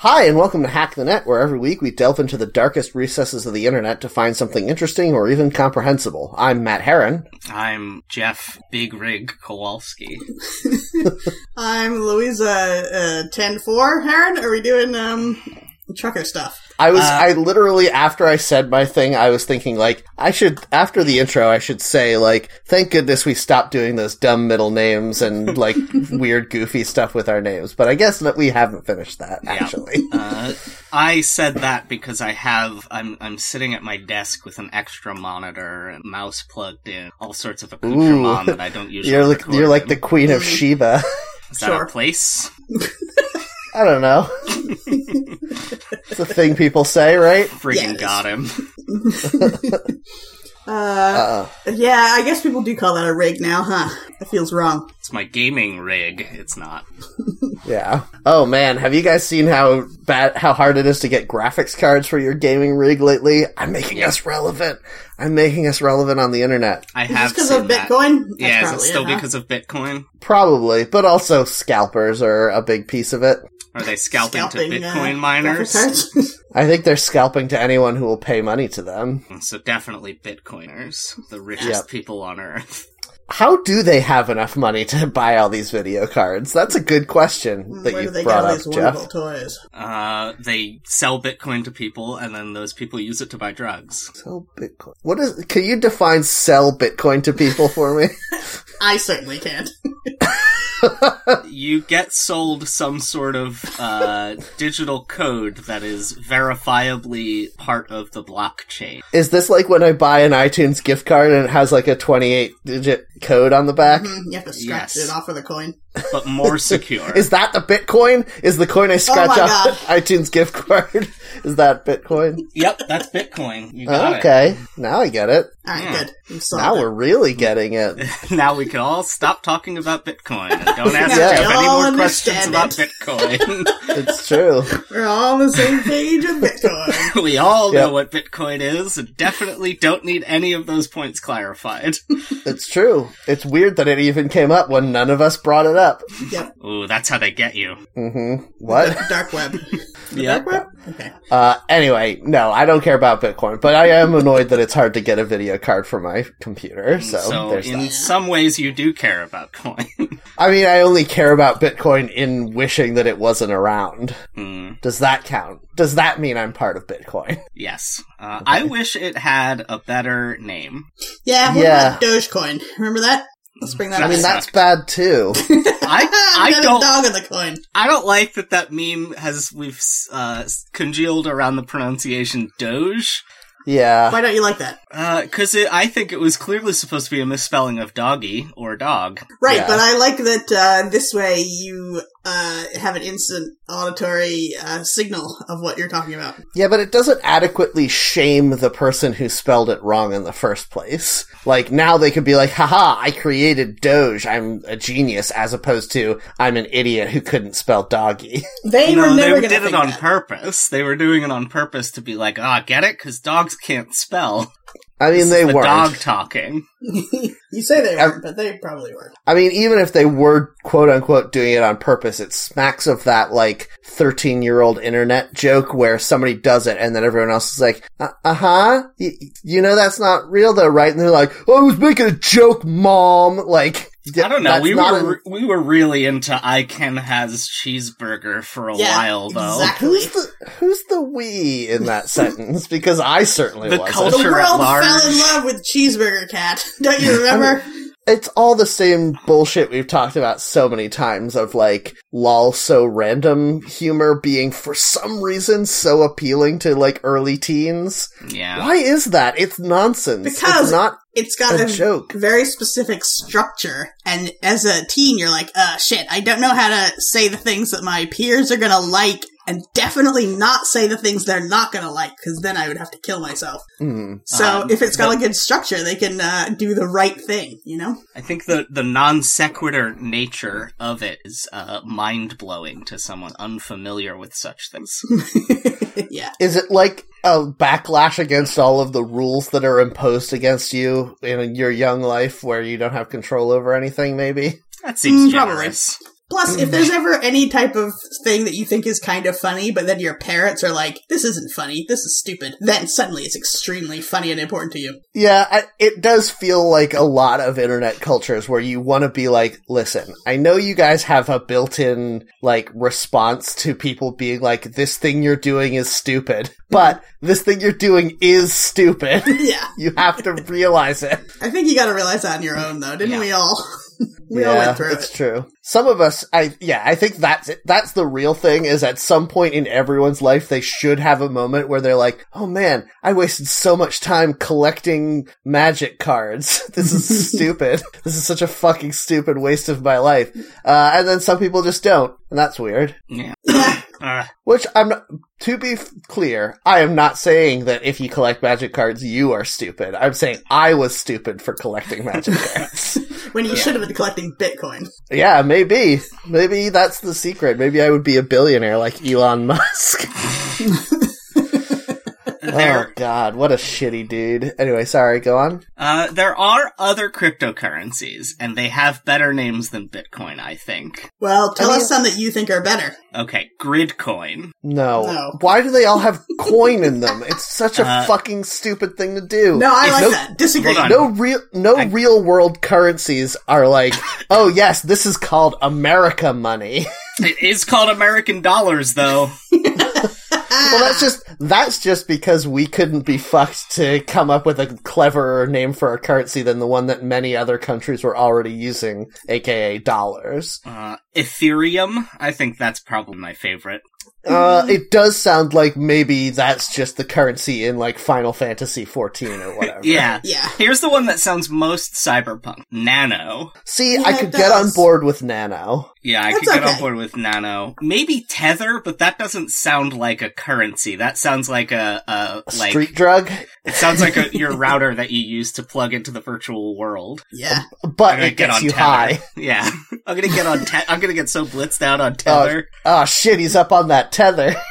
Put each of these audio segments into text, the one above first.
Hi, and welcome to Hack the Net, where every week we delve into the darkest recesses of the internet to find something interesting or even comprehensible. I'm Matt Herron. I'm Jeff Big Rig Kowalski. I'm Louisa uh, ten four. Heron, are we doing um trucker stuff? I was, I literally, after I said my thing, I was thinking, like, I should, after the intro, I should say, like, thank goodness we stopped doing those dumb middle names and, like, weird, goofy stuff with our names. But I guess that we haven't finished that, actually. Uh, I said that because I have I'm I'm sitting at my desk with an extra monitor and mouse plugged in, all sorts of accoutrement that I don't usually. You're like, record you're like in. the Queen of Sheba. Is that Sure. a place? I don't know. it's a thing people say, right? Friggin' Yes. got him. Uh, Uh, yeah, I guess people do call that a rig now, huh? That feels wrong. It's my gaming rig. It's not. Yeah. Oh man, have you guys seen how bad how hard it is to get graphics cards for your gaming rig lately? I'm making us relevant. I'm making us relevant on the internet. I Is this have because seen of that. Bitcoin? That's Yeah, is it probably still huh? because of Bitcoin? Probably, but also scalpers are a big piece of it. Are they scalping, to Scalping, uh, Bitcoin miners? graphic cards? I think they're scalping to anyone who will pay money to them. So definitely Bitcoiners, the richest Yep. people on earth. How do they have enough money to buy all these video cards? That's a good question that Where do you they brought get all up, these Jeff. wonderful toys? Uh, they sell Bitcoin to people, and then those people use it to buy drugs. Sell Bitcoin. What is? Can you define sell Bitcoin to people for me? I certainly can't. you get sold some sort of uh, digital code that is verifiably part of the blockchain. Is this like when I buy an iTunes gift card and it has like a 28 digit code on the back? Mm-hmm. Mhm, You have to scratch Yes. it off with a coin. But more secure. Is that the Bitcoin? Is the coin I Oh scratch my off God. iTunes gift card? Is that Bitcoin? yep, that's Bitcoin. You got okay, now I get it. All right, Yeah. good. I'm sorry. Now we're really getting it. it. Now we can all stop talking about Bitcoin and don't ask Yeah. Jeff We any all more questions understand about Bitcoin. It's true. We're all on the same page of Bitcoin. we all Yep. know what Bitcoin is and definitely don't need any of those points clarified. It's true. It's weird that it even came up when none of us brought it up. yep. Ooh, that's how they get you. Mm-hmm. What? Dark web. Yep. Okay. Uh, anyway, no, I don't care about Bitcoin, but I am annoyed that it's hard to get a video card for my computer. So, So there's in that. some ways you do care about coin. I mean, I only care about Bitcoin in wishing that it wasn't around. Hmm. Does that count? Does that mean I'm part of Bitcoin? Yes. Uh, I wish it had a better name. Yeah. What Yeah. about Dogecoin? Remember that? Let's bring that I I up. mean, Suck. that's bad too. I, I got a don't dog on the coin. I don't like that that meme has we've uh, congealed around the pronunciation Doge Yeah. Why don't you like that? because it I think it was clearly supposed to be a misspelling of doggy or dog. Right, Yeah. but I like that uh, this way you uh, have an instant auditory uh, signal of what you're talking about. Yeah, but it doesn't adequately shame the person who spelled it wrong in the first place. Like, now they could be like, haha, I created Doge. I'm a genius, as opposed to, I'm an idiot who couldn't spell doggy. They no, were never they going to did think it on that. purpose. They were doing it on purpose to be like, ah, get it? Because dogs can't spell. I mean, they the weren't. dog talking. you say they Um, weren't, but they probably were. I mean, even if they were quote unquote doing it on purpose, it smacks of that like 13 year old internet joke where somebody does it and then everyone else is like, uh huh. Y- you know, that's not real though, right? And they're like, oh, I was making a joke, mom. Like, I don't know. that's We not were a- re- we were really into I can has cheeseburger for a Yeah, while though. exactly. Who's the who's the we in that sentence? Because I certainly The wasn't. The culture- Sure, at world large. fell in love with Cheeseburger Cat. Don't you remember? It's all the same bullshit we've talked about so many times of like lol so random humor being for some reason so appealing to like early teens. Yeah. Why is that? It's nonsense. it's Because- not it's got A a, joke. very specific structure, and as a teen, you're like, uh, shit, I don't know how to say the things that my peers are going to like, and definitely not say the things they're not going to like, because then I would have to kill myself. mm, So Um, if it's got but- a good structure, they can uh, do the right thing, you know? I think the, the non sequitur nature of it is uh, mind blowing to someone unfamiliar with such things. yeah. Is it like a backlash against all of the rules that are imposed against you in your young life where you don't have control over anything maybe? That seems Mm, probably. generous. Plus, if there's ever any type of thing that you think is kind of funny, but then your parents are like, this isn't funny, this is stupid, then suddenly it's extremely funny and important to you. Yeah, I, it does feel like a lot of internet cultures where you want to be like, listen, I know you guys have a built-in like response to people being like, this thing you're doing is stupid, but this thing you're doing is stupid. Yeah. you have to realize it. I think you gotta realize that on your own, though, didn't Yeah. we all? we all went through it's it. true. Some of us, I yeah, I think that's it. that's the real thing. Is at some point in everyone's life, they should have a moment where they're like, "Oh man, I wasted so much time collecting magic cards. This is stupid. This is such a fucking stupid waste of my life." Uh, and then some people just don't, and that's weird. Yeah. Yeah. Uh, Which I'm not, to be f- clear, I am not saying that if you collect magic cards, you are stupid. I'm saying I was stupid for collecting magic cards. When you should have been collecting Bitcoin. Yeah, maybe. Maybe that's the secret. Maybe I would be a billionaire like Elon Musk. oh there, god, what a shitty dude. Anyway, sorry, go on. uh, there are other cryptocurrencies, and they have better names than Bitcoin, I think. Well, tell I mean- us some that you think are better. Okay, Gridcoin. No. No. Why do they all have coin in them? It's such a Uh, fucking stupid thing to do. No, I oh, If like no, that. Disagree. Hold on. No real no real world currencies are like, "Oh yes, this is called America money." It is called American dollars, though. Well, that's just that's just because we couldn't be fucked to come up with a cleverer name for a currency than the one that many other countries were already using, aka dollars. Uh, Ethereum. I think that's probably my favorite. Uh, it does sound like maybe that's just the currency in like Final Fantasy XIV or whatever. Yeah. Yeah. Here's the one that sounds most cyberpunk. Nano. See, Yeah, I it could get on does. board with Nano. Yeah, I That's could get okay. on board with Nano. Maybe Tether, but that doesn't sound like a currency. That sounds like a, a A like street drug, it sounds like a, your router that you use to plug into the virtual world. Yeah. but it get gets on you Tether. high. Yeah, I'm gonna get on. Te- I'm gonna get so blitzed out on Tether. Oh shit, he's up on that tether.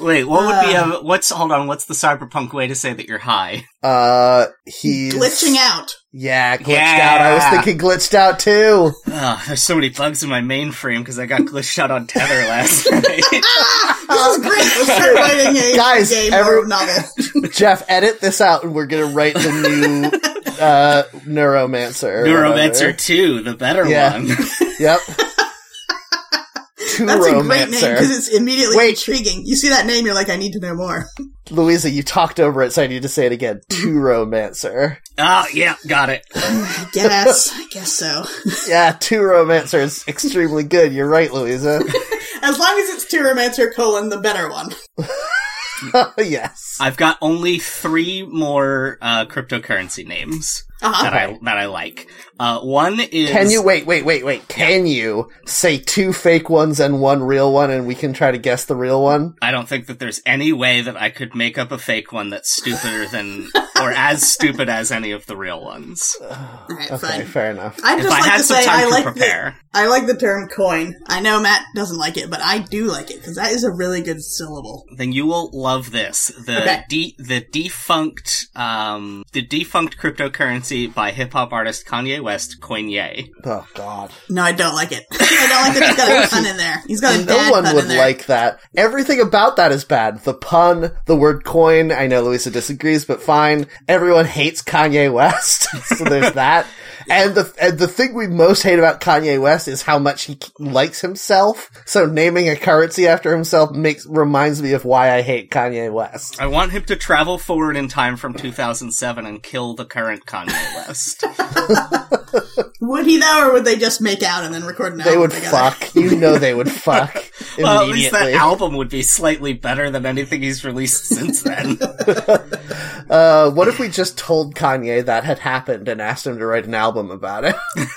Wait, what would be Uh. a what's? Hold on, what's the cyberpunk way to say that you're high? Uh, he's Glitching out. Yeah, glitched Yeah. out. I was thinking glitched out too. Ugh, Ah, there's so many bugs in my mainframe because I got glitched out on Tether last night. Ah, this is great. Let's start writing a Guys, game every- or novel. Jeff, edit this out, and we're gonna write the new uh, neuromancer. or Neuromancer two, the better Yeah. one. whatever. Yep. Two That's a great name because romancer. it's immediately Wait. intriguing. You see that name, you're like, I need to know more. Louisa, you talked over it, so I need to say it again. Two romancer. Ah, yeah, got it. I guess. I guess so. Yeah, two romancer is extremely good. You're right, Louisa. As long as it's Tyromancer colon, the better one. yes. I've got only three more uh, cryptocurrency names Uh-huh. that I that I like. Uh, one is Can you wait? Wait, wait, wait. Can you say two fake ones and one real one, and we can try to guess the real one? I don't think that there's any way that I could make up a fake one that's stupider than or as stupid as any of the real ones. All right, Okay, fine. fair enough. I'd If just I like had to some say time I to like the, prepare. I like the term coin. I know Matt doesn't like it, but I do like it because that is a really good syllable. Then you will love this. The Okay. de- the defunct um the defunct cryptocurrency by hip hop artist Kanye West, Coinye. Oh God. No, I don't like it. I don't like that he's got a pun in there. He's got a no bad one pun would in there. like that. Everything about that is bad. The pun, the word coin. I know Louisa disagrees, but fine. Everyone hates Kanye West, so there's that. And the and the thing we most hate about Kanye West is how much he likes himself. So naming a currency after himself makes reminds me of why I hate Kanye West. I want him to travel forward in time from 2007 and kill the current Kanye West. Would he though, or would they just make out and then record an They album would together? fuck. You know they would fuck immediately. Well, at least that album would be slightly better than anything he's released since then. uh, what if we just told Kanye that had happened and asked him to write an album about it?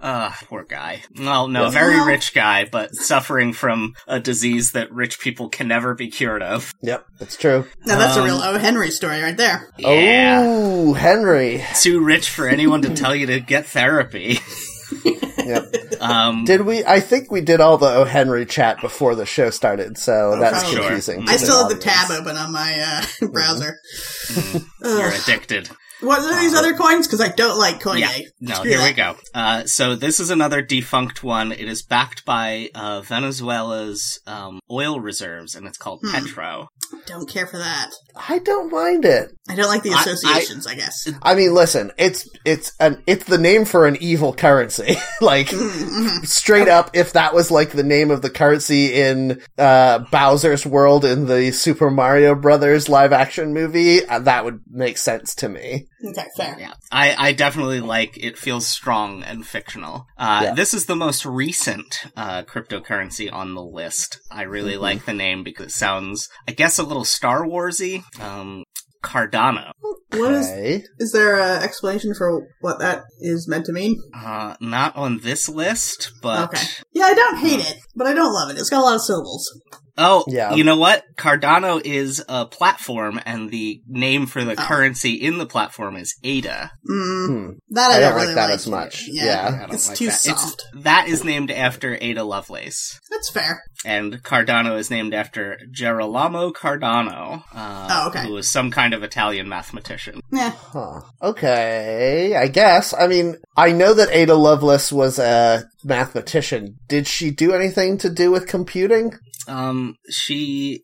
Ah, poor guy. Well, no, very Well- rich guy, but suffering from a disease that rich people can never be cured of. yep, that's true. Now that's a real Um, O. Henry story right there. Yeah. Oh, Henry. Too rich for anyone to tell you to get therapy. Yep. Um, Did we? I think we did all the O. Henry chat before the show started, so that's probably. Sure. confusing. Oh, I to still have the audience. tab open on my uh, browser. you're Ugh. addicted. What are these other coins? Because I don't like coin Uh, Yeah. A. No, Screw here that. we go. Uh, so this is another defunct one. It is backed by uh, Venezuela's um, oil reserves, and it's called Hmm. Petro. Don't care for that. I don't mind it. I don't like the I- I- associations. I, guess. I mean, listen, it's it's an it's the name for an evil currency. like Mm-hmm. straight up, if that was like the name of the currency in uh, Bowser's world in the Super Mario Brothers live action movie, uh, that would make sense to me. Okay, fair. Yeah, I, I definitely like it. Feels strong and fictional. Uh, Yeah. This is the most recent uh, cryptocurrency on the list. I really Mm-hmm. like the name because it sounds, I guess, a little Star Warsy. Um, Cardano. What is? Okay. Is there an explanation for what that is meant to mean? Uh, not on this list, but Okay. Yeah, I don't hate it, but I don't love it. It's got a lot of syllables. oh, Yeah. you know what? Cardano is a platform, and the name for the Oh. currency in the platform is ADA. Mm, Hmm. that I, I don't don't like really that as much. Yeah. I don't Uh, It's like too that. It's- soft. that is named after Ada Lovelace. that's fair. and Cardano is named after Gerolamo Cardano, uh, Oh, okay. who was some kind of Italian mathematician. Yeah, Huh. Okay, I guess. I mean, I know that Ada Lovelace was a mathematician. Did she do anything to do with computing? Um, she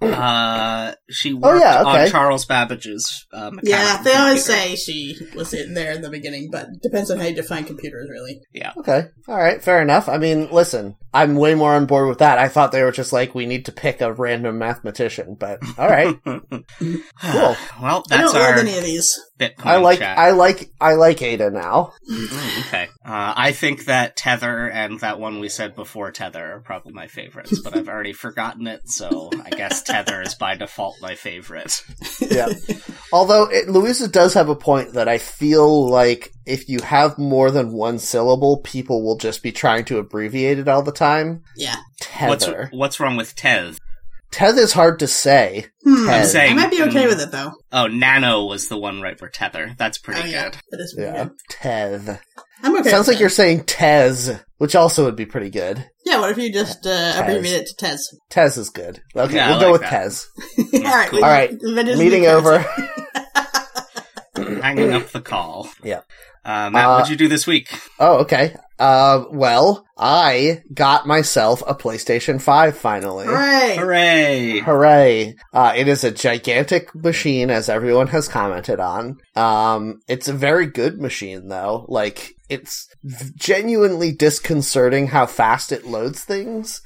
uh, she Oh, worked yeah, okay. on Charles Babbage's. Uh, mechanical yeah. They always computer. say she was in there in the beginning, but depends on how you define computers, really. Okay. All right. Fair enough. I mean, listen, I'm way more on board with that. I thought they were just like, we need to pick a random mathematician, but all right. Cool. Well, I that's don't our love any of these. Bitcoin I like, chat. I like, I like Ada now. Mm, okay. Uh, I think that Tether and that one we said before Tether are probably my favorites, but I've already forgotten it, so I guess Tether is by default my favorite. Yeah. Although it, Louisa does have a point that I feel like if you have more than one syllable, people will just be trying to abbreviate it all the time. Yeah. What's Tether. what's wrong with Teth? Tether's hard to say. Hmm. I'm saying- I might be okay Hmm. with it though. Oh, Nano was the one right for Tether. That's pretty Oh, yeah. good. That is pretty Yeah. good. Teth. I'm okay. Sounds with like that. you're saying Tez, which also would be pretty good. Yeah, what if you just uh, abbreviate it to Tez? Tez is good. Okay, Yeah, I we'll go like with that. Tez. All right. cool. we- All right, that is Meeting new over. concept. Hanging up the call. Yeah. Uh, Matt, Uh, what'd you do this week? Oh, okay. Uh, well, I got myself a PlayStation 5 finally. Hooray! Hooray! Hooray. Uh, it is a gigantic machine, as everyone has commented on. Um, it's a very good machine, though. Like, it's genuinely disconcerting how fast it loads things.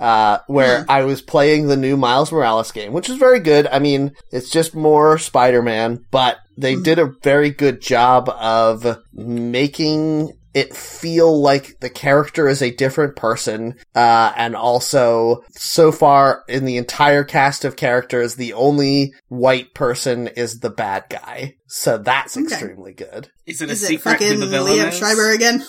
Uh, where I was playing the new Miles Morales game, which is very good. I mean, it's just more Spider Man, but they did a very good job of making it feel like the character is a different person uh, and also so far in the entire cast of characters the only white person is the bad guy so that's Okay. extremely good Is it a Is it secret who fucking the villain Liam is? Schreiber again?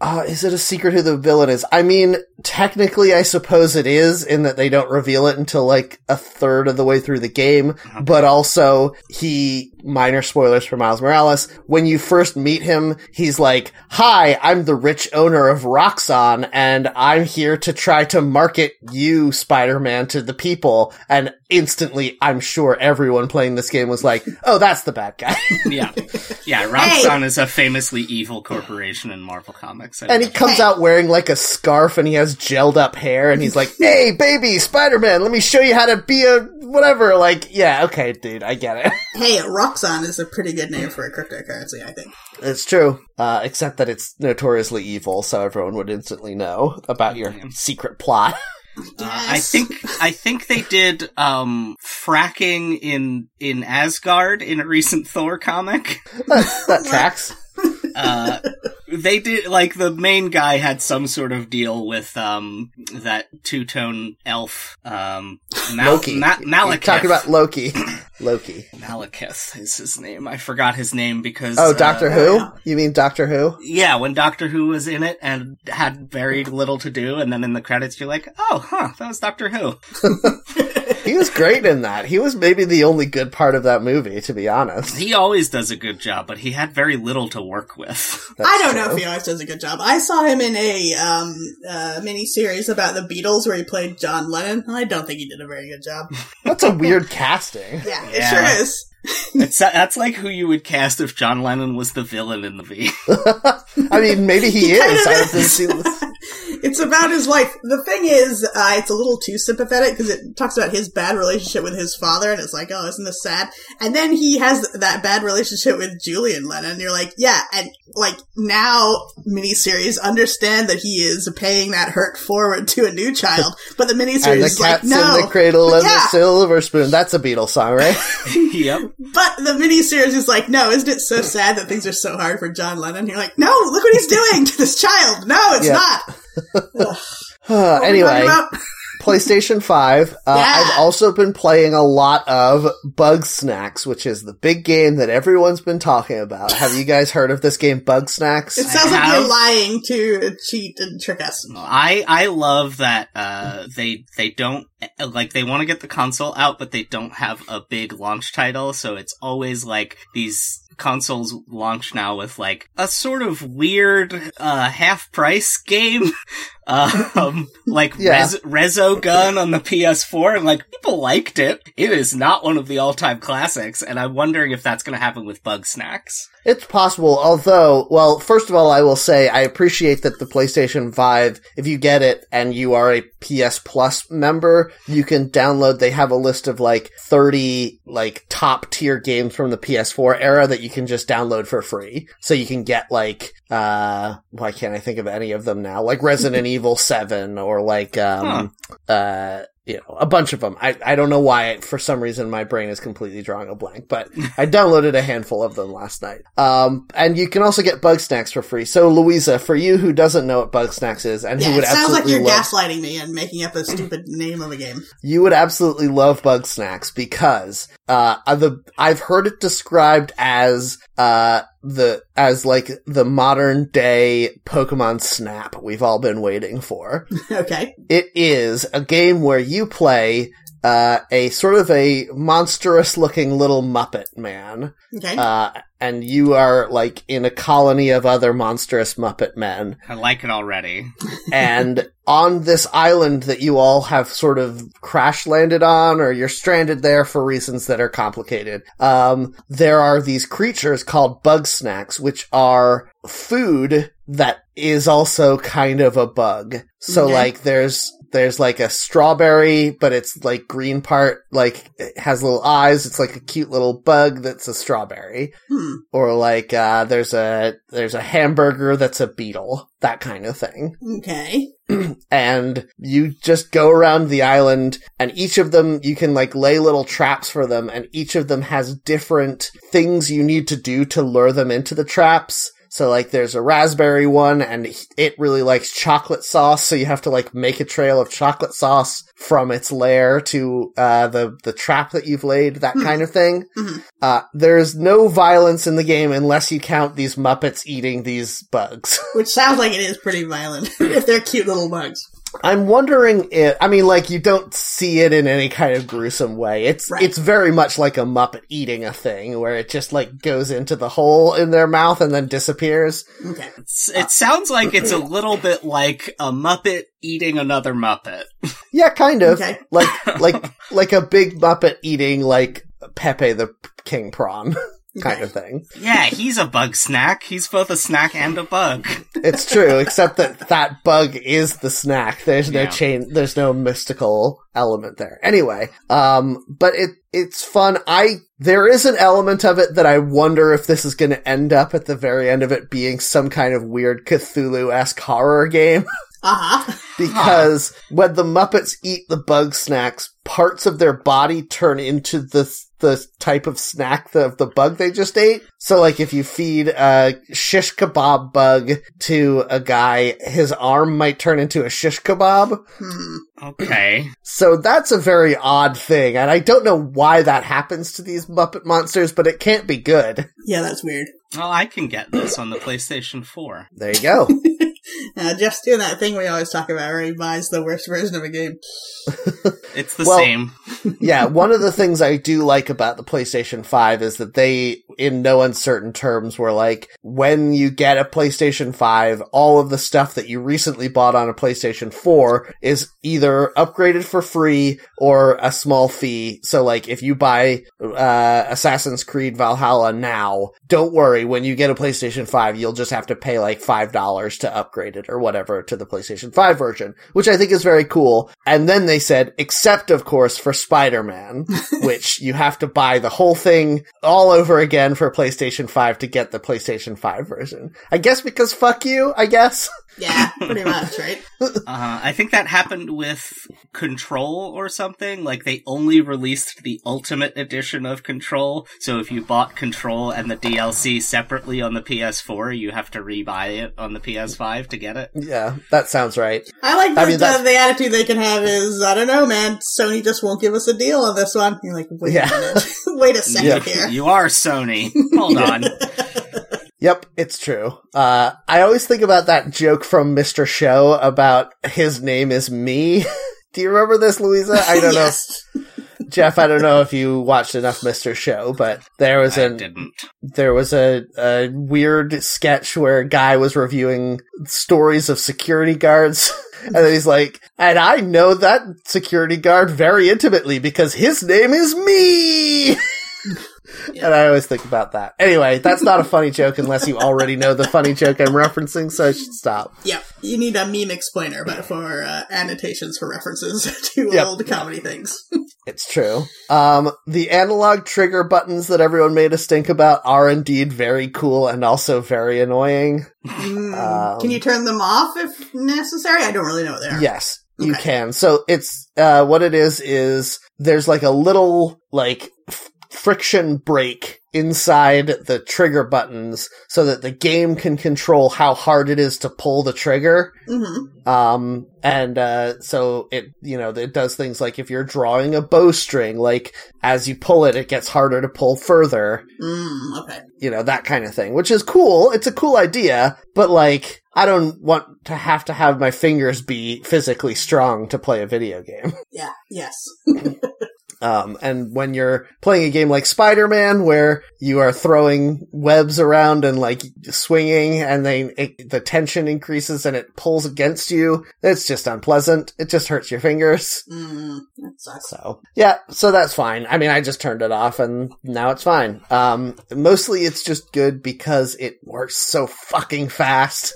uh, is it a secret who the villain is? I mean, technically, I suppose it is in that they don't reveal it until like a third of the way through the game. But also, he, minor spoilers for Miles Morales, when you first meet him, he's like, Hi, I'm the rich owner of Roxxon and I'm here to try to market you, Spider-Man, to the people. And instantly, I'm sure everyone playing this game was like, Oh, that's the bad guy. Yeah, yeah. Roxxon is a famously evil corporation in Marvel Comics. I And he imagine. comes Hey. out wearing like a scarf and he has gelled up hair and he's like, Hey, baby, Spider Man, let me show you how to be a whatever. Like, yeah, okay, dude, I get it. Hey, Roxxon is a pretty good name for a cryptocurrency, I think. it's true. Uh, except that it's notoriously evil, so everyone would instantly know about your secret plot. Uh, I Yes. think I think they did um, fracking in in Asgard in a recent Thor comic. that, that tracks. Uh, they did like the main guy had some sort of deal with um that two tone elf um Mal- Loki. Ma- You're Malekith. talking about Loki. Loki. Malekith is his name. I forgot his name because Oh, uh, Doctor yeah. Who? You mean Doctor Who? Yeah, when Doctor Who was in it and had very little to do, and then in the credits you're like, oh, huh, that was Doctor Who. He was great in that. He was maybe the only good part of that movie, to be honest. He always does a good job, but he had very little to work with. I don't know true. if he always does a good job. I saw him in a um, uh, mini series about the Beatles where he played John Lennon, and I don't think he did a very good job. That's a weird casting. Yeah, Yeah. it sure is. It's, that's like who you would cast if John Lennon was the villain in the V. I mean, maybe he, kind is. of I haven't is. seen this. it's about his life. The thing is, uh, it's a little too sympathetic because it talks about his bad relationship with his father, and it's like, oh, isn't this sad? And then he has that bad relationship with Julian Lennon. And you're like, yeah, and like now miniseries understand that he is paying that hurt forward to a new child, but the miniseries And the is like, cat's no, in the cradle and the Yeah. silver spoon. That's a Beatles song, right? yep. But the miniseries is like, no, isn't it so sad that things are so hard for John Lennon? You're like, no, look what he's doing to this child. No, it's Yeah. not. What are we talking anyway, about? PlayStation 5. Uh, Yeah. I've also been playing a lot of Bug Snacks, which is the big game that everyone's been talking about. Have you guys heard of this game, Bug Snacks? it sounds like have- you're lying to cheat and trick us. I I love that uh, they they don't like they want to get the console out, but they don't have a big launch title, so it's always like these consoles launch now with like a sort of weird uh, half price game. Um, like Yeah. Rez- Rezo Gun on the PS4, and like people liked it. It is not one of the all-time classics, and I'm wondering if that's going to happen with Bug Snacks. It's possible, although, well, first of all, I will say I appreciate that the PlayStation 5, if you get it and you are a PS Plus member, you can download, they have a list of like 30, like top tier games from the PS4 era that you can just download for free. So you can get like, uh, why can't I think of any of them now? Like Resident Evil 7 or like, um, uh, you know, a bunch of them. I, I don't know why, for some reason, my brain is completely drawing a blank, but I downloaded a handful of them last night. Um, and you can also get Bug Snacks for free. So, Louisa, for you who doesn't know what Bug Snacks is and who Yeah, would it sounds like absolutely you're love, gaslighting me and making up a stupid name of a game. you would absolutely love Bug Snacks because uh, uh, the I've heard it described as uh the as like the modern day Pokemon Snap we've all been waiting for. Okay. It is a game where you play uh, a sort of a monstrous looking little Muppet man. Okay. Uh, and you are like in a colony of other monstrous Muppet men. I like it already. And on this island that you all have sort of crash landed on, or you're stranded there for reasons that are complicated, um, there are these creatures called bug snacks, which are food that is also kind of a bug. So Okay. like there's there's like a strawberry, but it's like green part, like it has little eyes. It's like a cute little bug that's a strawberry hmm. or like uh, there's a there's a hamburger that's a beetle, that kind of thing. Okay. And you just go around the island, and each of them you can like lay little traps for them, and each of them has different things you need to do to lure them into the traps. So like there's a raspberry one and it really likes chocolate sauce. So you have to like make a trail of chocolate sauce from its lair to, uh, the, the trap that you've laid, that Hmm. kind of thing. Mhm. Uh, there's no violence in the game unless you count these Muppets eating these bugs. Which sounds like it is pretty violent if they're cute little bugs. I'm wondering if I mean like you don't see it in any kind of gruesome way. It's Right. it's very much like a Muppet eating a thing where it just like goes into the hole in their mouth and then disappears. Okay. It's- It sounds like it's a little bit like a Muppet eating another Muppet. Yeah, kind of. Okay. Like like like a big Muppet eating like Pepe the King prawn kind Okay. of thing. Yeah, he's a bug snack. He's both a snack and a bug. It's true, except that that bug is the snack. There's no Yeah. chain. There's no mystical element there. Anyway, um, but it it's fun. I there is an element of it that I wonder if this is going to end up at the very end of it being some kind of weird Cthulhu esque horror game Uh-huh. because when the Muppets eat the bug snacks, parts of their body turn into the the type of snack of the bug they just ate. So, like, if you feed a shish kebab bug to a guy, his arm might turn into a shish kebab. Hmm. Okay. So that's a very odd thing, and I don't know why that happens to these Muppet monsters, but it can't be good. Yeah, that's weird. Well, I can get this on the PlayStation 4. There you go. Uh, Jeff's doing that thing we always talk about where he buys the worst version of a game. It's the Well- same. yeah, one of the things I do like about the PlayStation 5 is that they in no uncertain terms were like, when you get a PlayStation 5, all of the stuff that you recently bought on a PlayStation 4 is either upgraded for free or a small fee. So like, if you buy, uh, Assassin's Creed Valhalla now, don't worry, when you get a PlayStation 5, you'll just have to pay like $5 to upgrade it or whatever to the PlayStation 5 version, which I think is very cool. And then they said, except of course for Spider-Man, which you have to buy the whole thing all over again for PlayStation 5 to get the PlayStation 5 version. I guess because fuck you, I guess. Yeah, pretty much, right? Uh, I think that happened with Control or something. Like they only released the Ultimate Edition of Control, so if you bought Control and the DLC separately on the PS4, you have to re-buy it on the PS5 to get it. Yeah, that sounds right. I like I that mean, the, that's- the attitude they can have is, I don't know, man, Sony just won't give us a deal on this one. You're like, wait Yeah. a minute. wait a second Yeah. here. You are Sony. Hold on. Yep, it's true. Uh, I always think about that joke from Mr. Show about his name is me. Do you remember this, Louisa? I don't yes. know, Jeff. I don't know if you watched enough Mr. Show, but there was I an didn't. there was a, a weird sketch where a guy was reviewing stories of security guards. And then he's like, and I know that security guard very intimately because his name is me. And I always think about that. Anyway, that's not a funny joke unless you already know the funny joke I'm referencing, so I should stop. Yep. You need a meme explainer, but for uh, annotations for references to Yep. old comedy things. It's true. Um, the analog trigger buttons that everyone made us think about are indeed very cool and also very annoying. Mm. Um, can you turn them off if necessary? I don't really know what they are. Yes, you can. So it's uh what it is is there's like a little like f- friction break inside the trigger buttons so that the game can control how hard it is to pull the trigger. hmm Um, and, uh, so it, you know, it does things like if you're drawing a bowstring, like as you pull it, it gets harder to pull further Mm, okay. you know, that kind of thing, which is cool. It's a cool idea, but like, I don't want to have to have my fingers be physically strong to play a video game. Yeah. Yes. Um, and when you're playing a game like Spider-Man, where you are throwing webs around and like swinging and then it, the tension increases and it pulls against you, it's just unpleasant. It just hurts your fingers. Mm, that sucks. So yeah, so that's fine. I mean, I just turned it off and now it's fine. Um, mostly it's just good because it works so fucking fast.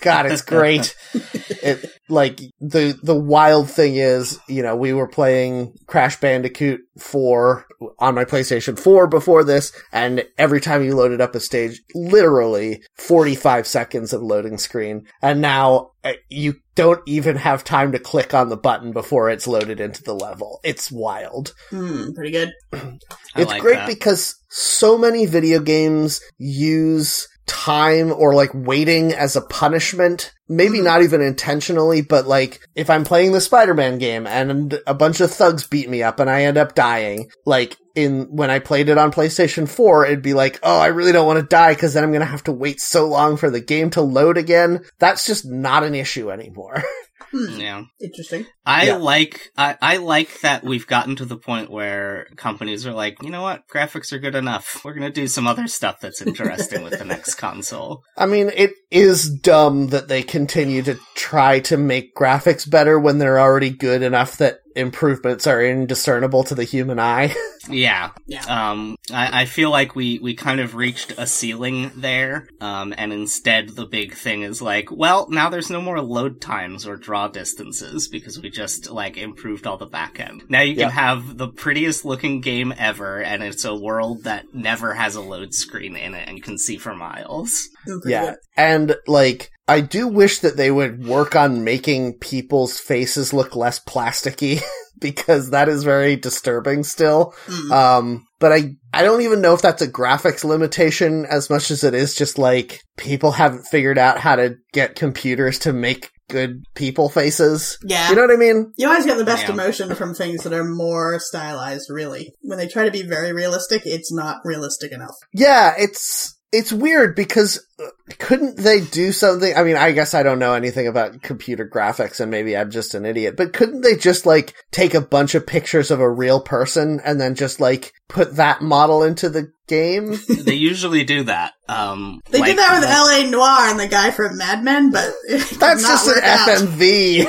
God, it's great. it like the the wild thing is, you know, we were playing Crash Bandicoot 4 on my PlayStation 4 before this and every time you loaded up a stage, literally 45 seconds of loading screen. And now uh, you don't even have time to click on the button before it's loaded into the level. It's wild Mm, pretty good. I it's like great that. because so many video games use time or like waiting as a punishment. Maybe Mm-hmm. Mhm. not even intentionally, but like if I'm playing the Spider-Man game and a bunch of thugs beat me up and I end up dying, like in when I played it on PlayStation 4, it'd be like, "Oh, I really don't want to die cuz then I'm going to have to wait so long for the game to load again." That's just not an issue anymore. Hmm, Yeah. Interesting. I Yeah. like I, I like that we've gotten to the point where companies are like, you know what, graphics are good enough. We're gonna do some other stuff that's interesting with the next console. I mean, it is dumb that they continue to try to make graphics better when they're already good enough that improvements are indiscernible to the human eye. Yeah. Yeah. Um I, I feel like we, we kind of reached a ceiling there. Um and instead the big thing is like, well, now there's no more load times or draw distances because we just like improved all the back end. Now you Yeah. can have the prettiest looking game ever and it's a world that never has a load screen in it and can see for miles. Mm, pretty yeah. good. And, like, I do wish that they would work on making people's faces look less plasticky because that is very disturbing still. Mm. Um, but I, I don't even know if that's a graphics limitation as much as it is just like people haven't figured out how to get computers to make good people faces. yeah. You know what I mean? You always get the best Yeah. emotion from things that are more stylized, really. When they try to be very realistic, it's not realistic enough. Yeah, it's it's weird because uh, couldn't they do something? I mean, I guess I don't know anything about computer graphics and maybe I'm just an idiot, but couldn't they just like take a bunch of pictures of a real person and then just like put that model into the game? they usually do that. Um, They like, did that with uh, L.A. Noir and the guy from Mad Men, but it did That's not just an work out. FMV.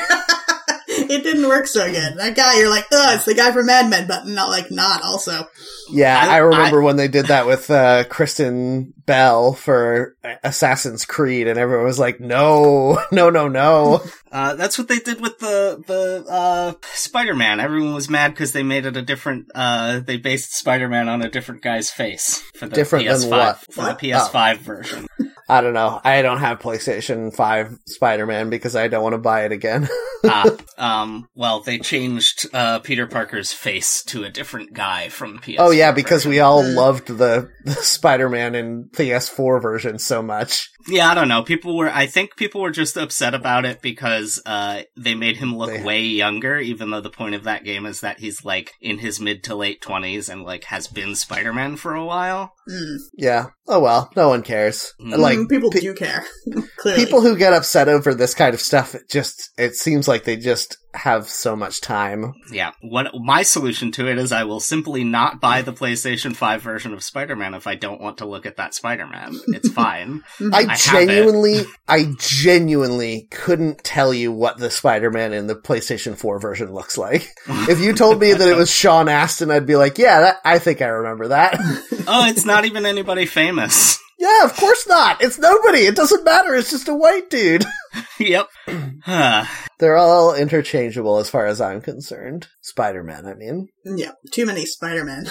it didn't work so Mm. good. That guy, you're like, oh, it's the guy from Mad Men, but not like not also. yeah, I- I, remember when they did that with uh, Kristen Bell for uh, Assassin's Creed, and everyone was like, "No, no, no, no." Uh, that's what they did with the the uh, Spider-Man. Everyone was mad because they made it a different. Uh, they based Spider-Man on a different guy's face for the Different than PS5 what? Oh. for What? the PS5 version. I don't know. I don't have PlayStation 5 Spider Man because I don't want to buy it again. ah, um, well, they changed uh, Peter Parker's face to a different guy from the PS. oh, yeah, because we all Mm. loved the, the Spider Man in PS4 version so much. Yeah, I don't know. People were. I think people were just upset about it because uh, they made him look They- way younger, even though the point of that game is that he's like in his mid to late twenties and like has been Spider-Man for a while. Mm. Yeah. Oh, well. No one cares. Mm. Like, Mm, people pe- do care. Clearly, people who get upset over this kind of stuff, it just, it seems like they just have so much time. Yeah. What my solution to it is I will simply not buy the PlayStation 5 version of Spider-Man if I don't want to look at that Spider-Man. It's fine. Mm-hmm. I, I have it. genuinely, I genuinely couldn't tell you what the Spider Man in the PlayStation 4 version looks like. if you told me that it was Sean Astin, I'd be like, yeah, that, I think I remember that. oh, it's not even anybody famous. Yeah, of course not. It's nobody. It doesn't matter. It's just a white dude. yep. Huh. They're all interchangeable as far as I'm concerned. Spider Man, I mean. yeah, too many Spider-Man.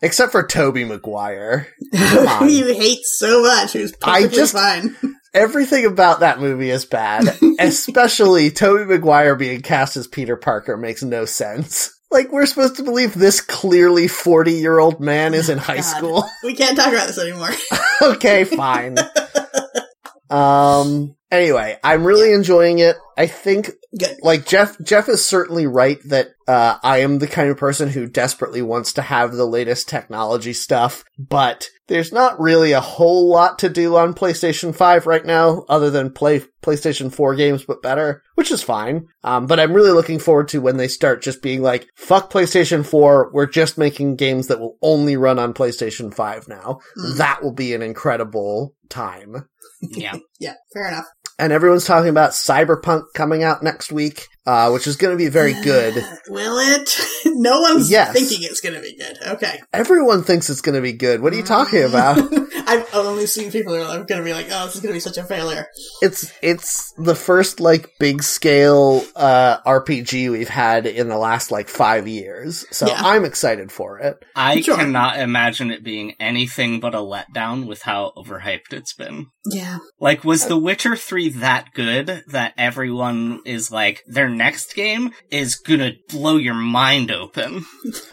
Except for Toby Maguire. Who on. you hate so much? Who's I perfectly just- fine. Everything about that movie is bad. Especially Toby Maguire being cast as Peter Parker makes no sense. Like we're supposed to believe this clearly 40-year-old man is in high God. school. We can't talk about this anymore. okay, fine. um anyway, I'm really enjoying it. I think Good. like Jeff Jeff is certainly right that uh, I am the kind of person who desperately wants to have the latest technology stuff, but there's not really a whole lot to do on PlayStation 5 right now other than play PlayStation 4 games but better, which is fine. Um, but I'm really looking forward to when they start just being like, fuck PlayStation 4, we're just making games that will only run on PlayStation 5 now. Mm. That will be an incredible time Yeah. Yeah, fair enough. and everyone's talking about Cyberpunk coming out next week, uh, which is going to be very good. Will it? no one's Yes. thinking it's going to be good. Okay. Everyone thinks it's going to be good. What are you talking Uh-huh. about? I've only seen people who are going to be like, "Oh, this is going to be such a failure." It's it's the first like big scale uh, RPG we've had in the last like five years, so Yeah. I'm excited for it. I Sure. cannot imagine it being anything but a letdown with how overhyped it's been. Yeah. Like, was The Witcher 3 that good that everyone is like, their next game is gonna blow your mind open?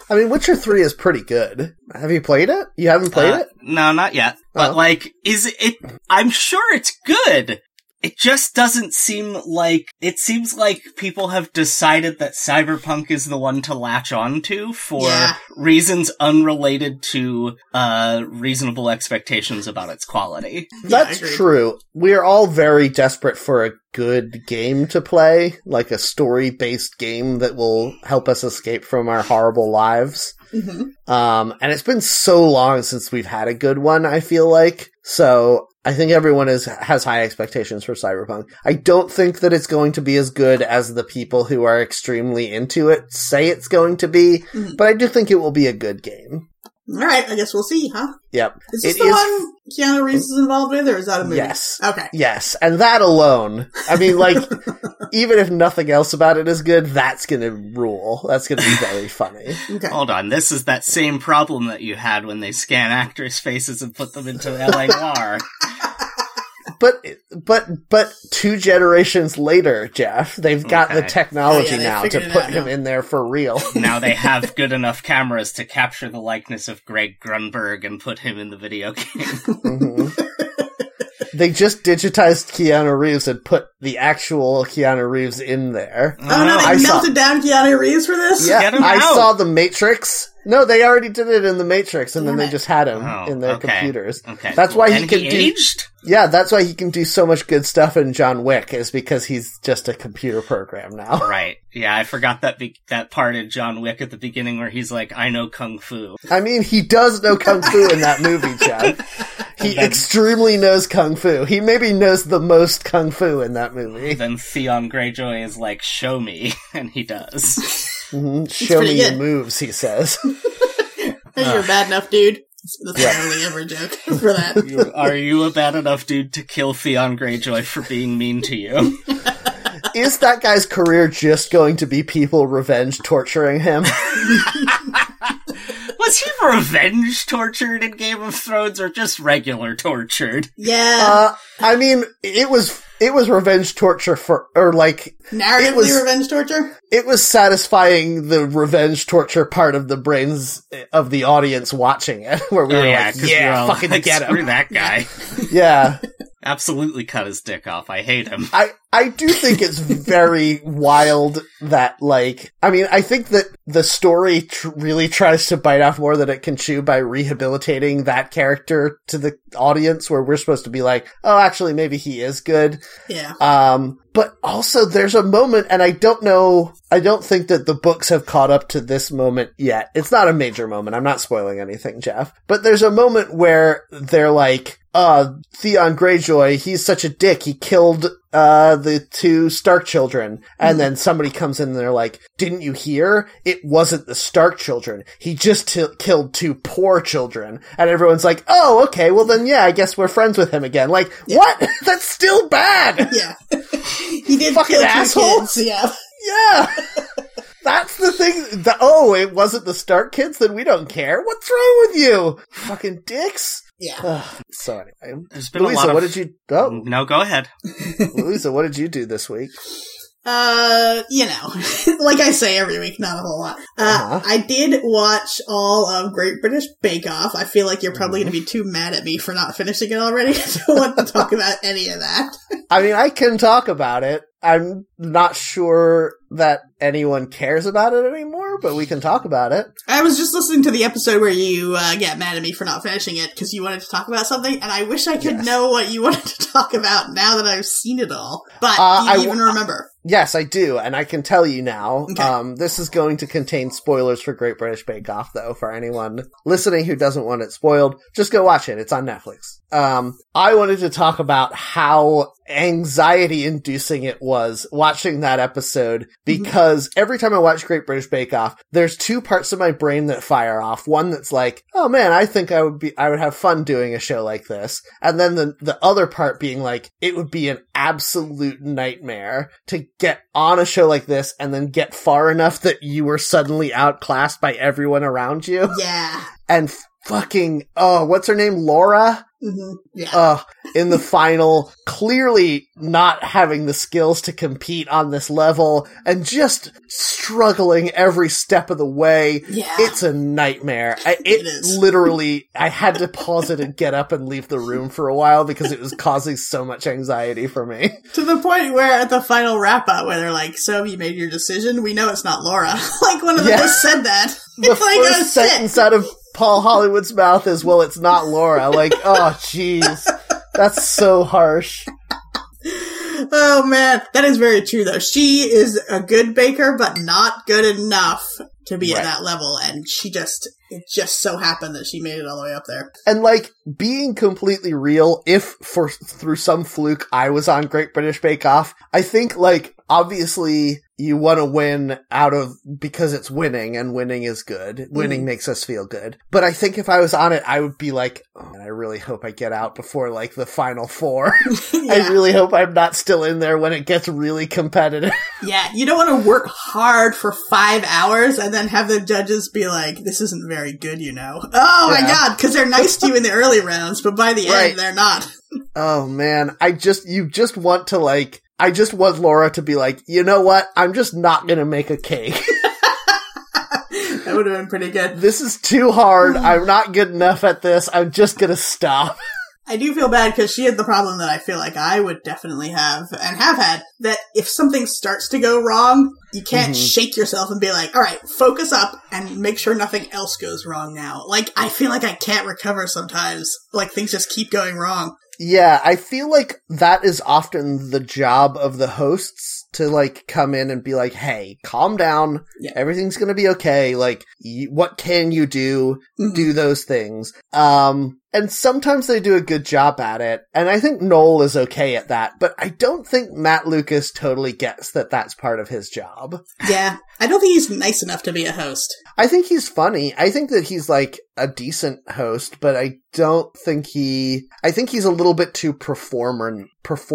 I mean, Witcher Three is pretty good. Have you played it? You haven't played Uh, it? No, not yet. But Oh. like, is it? I'm sure it's good. It just doesn't seem like it seems like people have decided that Cyberpunk is the one to latch on to for Yeah. reasons unrelated to uh reasonable expectations about its quality. That's agreed. true. We're all very desperate for a good game to play, like a story based game that will help us escape from our horrible lives. Mhm. Um, and it's been so long since we've had a good one, I feel like. So I think everyone is, has high expectations for Cyberpunk. I don't think that it's going to be as good as the people who are extremely into it say it's going to be, Mhm. but I do think it will be a good game. All right. I guess we'll see, huh? Yep. Is this It the is- one Keanu Reeves is involved with, or is that a movie? Yes. Okay. Yes. And that alone, I mean, like, even if nothing else about it is good, that's gonna rule. That's gonna be very funny. Okay. Hold on, this is that same problem that you had when they scan actors' faces and put them into L.A. Noir. But, but, but two generations later, Jeff, they've got the Okay. technology Oh, yeah, they now to figured it put out him now. in there for real. now they have good enough cameras to capture the likeness of Greg Grunberg and put him in the video game. Mhm. they just digitized Keanu Reeves and put the actual Keanu Reeves in there. Oh no! They I saw- melted down Keanu Reeves for this. Yeah, Get him I out. saw the Matrix. No, they already did it in the Matrix, and then Damn they it. just had him Oh, in their okay. computers. Okay. That's why he and can he do- aged. Yeah, that's why he can do so much good stuff in John Wick is because he's just a computer program now. Right. Yeah, I forgot that be- that part in John Wick at the beginning where he's like, "I know kung fu." I mean, he does know kung fu in that movie, John. He extremely knows kung fu. He maybe knows the most kung fu in that movie. Then Theon Greyjoy is like, "Show me," and he does. Mhm. Show me pretty your good. moves, he says. You're bad enough, dude. That's, that's Yeah. my only ever joke for that. You- Are you a bad enough dude to kill Theon Greyjoy for being mean to you? Is that guy's career just going to be people revenge torturing him? Was he revenge tortured in Game of Thrones or just regular tortured? Yeah, Uh, I mean, it was it was revenge torture for, or like narratively it was- revenge torture. it was satisfying the revenge torture part of the brains eh, of the audience watching it, where we were like, Oh, 'cause yeah, we're all fucking like, get Screw him, that guy. yeah. Absolutely cut his dick off. I hate him. I, I do think it's very wild that like I mean I think that the story tr- really tries to bite off more than it can chew by rehabilitating that character to the audience where we're supposed to be like oh actually maybe he is good Yeah, um but also there's a moment and I don't know I don't think that the books have caught up to this moment yet it's not a major moment I'm not spoiling anything Jeff but there's a moment where they're like uh Theon Greyjoy, he's such a dick. He killed uh the two Stark children. And then somebody comes in and they're like, "Didn't you hear? It wasn't the Stark children. He just t- killed two poor children." And everyone's like, "Oh, okay. Well then yeah, I guess we're friends with him again." Like, "What? That's still bad." yeah. he did Fucking kill two asshole. Kids, yeah, yeah. That's the thing. The, oh, it wasn't the Stark kids, then we don't care. What's wrong with you? Fucking dicks. yeah. Ugh. So anyway, There's been a Louisa, lot of. what did you? Oh, No, go ahead. Louisa, what did you do this week? Uh, you know, like I say every week, not a whole lot. Uh, Uh-huh. I did watch all of Great British Bake Off. I feel like you're probably Mm-hmm. going to be too mad at me for not finishing it already. I don't want to talk about any of that. I mean, I can talk about it. I'm not sure that anyone cares about it anymore, but we can talk about it. I was just listening to the episode where you uh, get mad at me for not finishing it because you wanted to talk about something, and I wish I could Yes. know what you wanted to talk about now that I've seen it all. But Uh, do you I w- even remember? Yes, I do, and I can tell you now. Okay. Um, this is going to contain spoilers for Great British Bake Off, though, for anyone listening who doesn't want it spoiled. Just go watch it. It's on Netflix. Um, I wanted to talk about how anxiety inducing it was watching that episode because every time I watch Great British Bake Off, there's two parts of my brain that fire off. One that's like, oh man, I think I would be, I would have fun doing a show like this. And then the, the other part being like, it would be an absolute nightmare to get on a show like this and then get far enough that you were suddenly outclassed by everyone around you. Yeah. And fucking, oh, what's her name? Laura? hmm Yeah. uh, in the final, clearly not having the skills to compete on this level and just struggling every step of the way. yeah. It's a nightmare. I, it, It is. literally, I had to pause it and get up and leave the room for a while because it was causing so much anxiety for me. to the point where at the final wrap up, where they're like, "So you made your decision. We know it's not Laura." like one of them Yeah. just said that. The it's like, oh first shit. sentence out of Paul Hollywood's mouth is, well, it's not Laura. Like, oh, jeez. That's so harsh. Oh man, that is very true though. She is a good baker, but not good enough to be Right. at that level, and she just it just so happened that she made it all the way up there. And like being completely real, if for through some fluke I was on Great British Bake Off, I think like obviously you want to win out of because it's winning and winning is good. Winning Mhm. makes us feel good. But I think if I was on it, I would be like, oh, man, I really hope I get out before like the final four. I yeah. really hope I'm not still in there when it gets really competitive. yeah, you don't want to work hard for five hours and then have the judges be like, "This isn't very good," you know? Oh Yeah. my god, because they're nice to you in the early rounds, but by the Right. end, they're not. Oh man, I just you just want to like I just want Laura to be like, you know what? I'm just not gonna make a cake. that would have been pretty good. this is too hard. I'm not good enough at this. I'm just gonna stop. I do feel bad because she had the problem that I feel like I would definitely have and have had that if something starts to go wrong, you can't Mhm. shake yourself and be like, all right, focus up and make sure nothing else goes wrong now. Like, I feel like I can't recover sometimes. Like, things just keep going wrong. Yeah, I feel like that is often the job of the hosts to like come in and be like, "Hey, calm down. Yeah. Everything's going to be okay. Like, y- what can you do? Mhm. Do those things." Um, and sometimes they do a good job at it. And I think Noel is okay at that, but I don't think Matt Lucas totally gets that that's part of his job. Yeah. I don't think he's nice enough to be a host. I think he's funny. I think that he's like a decent host, but I don't think he. I think he's a little bit too performer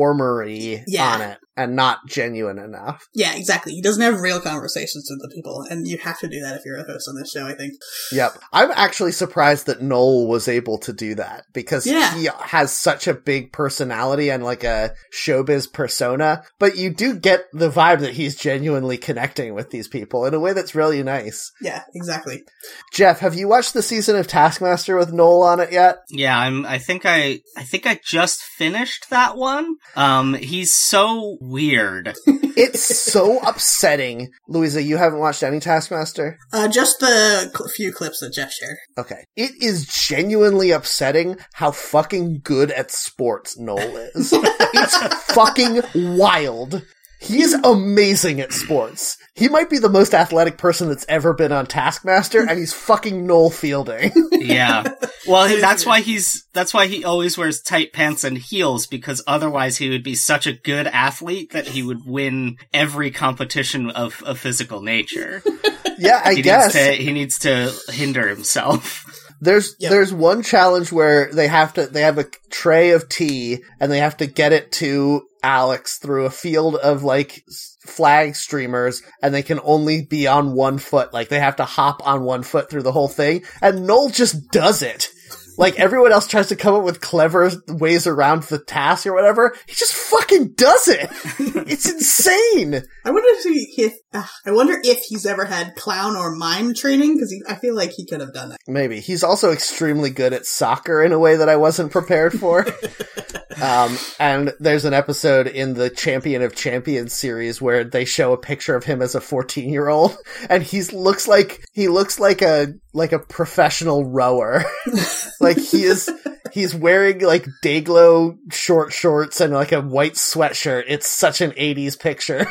performery Yeah. on it, and not genuine enough. Yeah, exactly. He doesn't have real conversations with the people, and you have to do that if you're a host on this show, I think. Yep, I'm actually surprised that Noel was able to do that because Yeah. he has such a big personality and like a showbiz persona. But you do get the vibe that he's genuinely connecting with these people in a way that's really nice. Yeah, exactly. Jeff, have you watched the season of Taskmaster with Noel on it yet? Yeah, I'm I think I I think I just finished that one. Um he's so weird. It's so upsetting. Louisa, you haven't watched any Taskmaster? Uh, just the cl- few clips that Jeff shared. Okay. It is genuinely upsetting how fucking good at sports Noel is. it's fucking wild. He is amazing at sports. He might be the most athletic person that's ever been on Taskmaster, and he's fucking Noel Fielding. Yeah. Well, It is that's weird. why he's that's why he always wears tight pants and heels because otherwise he would be such a good athlete that he would win every competition of a physical nature. yeah, I he guess. needs to he needs to hinder himself. There's Yep. there's one challenge where they have to they have a tray of tea and they have to get it to Alex through a field of like s- flag streamers and they can only be on one foot like they have to hop on one foot through the whole thing and Noel just does it. Like everyone else tries to come up with clever ways around the task or whatever, he just fucking does it. it's insane. I wonder if he, if, uh, I wonder if he's ever had clown or mime training because I feel like he could have done that. Maybe he's also extremely good at soccer in a way that I wasn't prepared for. um, and there's an episode in the Champion of Champions series where they show a picture of him as a 14 year old, and he looks like he looks like a like a professional rower. like he is he's wearing like Dayglow short shorts and like a white sweatshirt. It's such an 80s picture.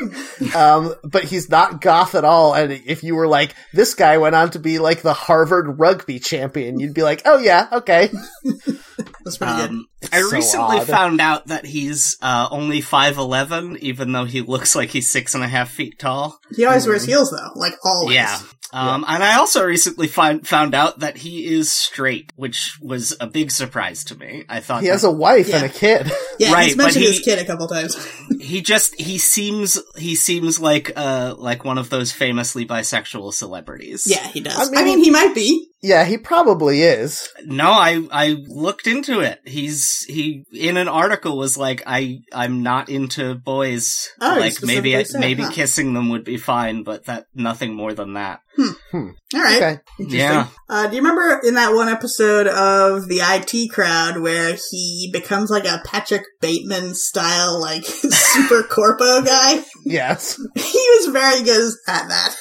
Um, but he's not goth at all. And if you were like, this guy went on to be like the Harvard rugby champion, you'd be like, oh yeah, okay. That's pretty good. Um, I so recently odd. found out that he's uh, only five eleven, even though he looks like he's six and a half feet tall. He always wears heels though, like always. hmm. Yeah. Um, and I also recently find, found out that he is straight, which was a big surprise to me. I thought He has that a wife and a Yeah. kid. yeah. Right, he's but mentioned he- his kid a couple times. he just he seems he seems like uh like one of those famously bisexual celebrities. yeah, he does. I I mean, mean- he might be. Yeah, he probably is. No, I I looked into it. He's he in an article was like I I'm not into boys. Oh, he like maybe I, specifically said, maybe huh. kissing them would be fine, but that nothing more than that. All right. Okay. Interesting. Yeah. Uh, do you remember in that one episode of the IT crowd where he becomes like a Patrick Bateman style, like super corpo guy? Yes. He was very good at that.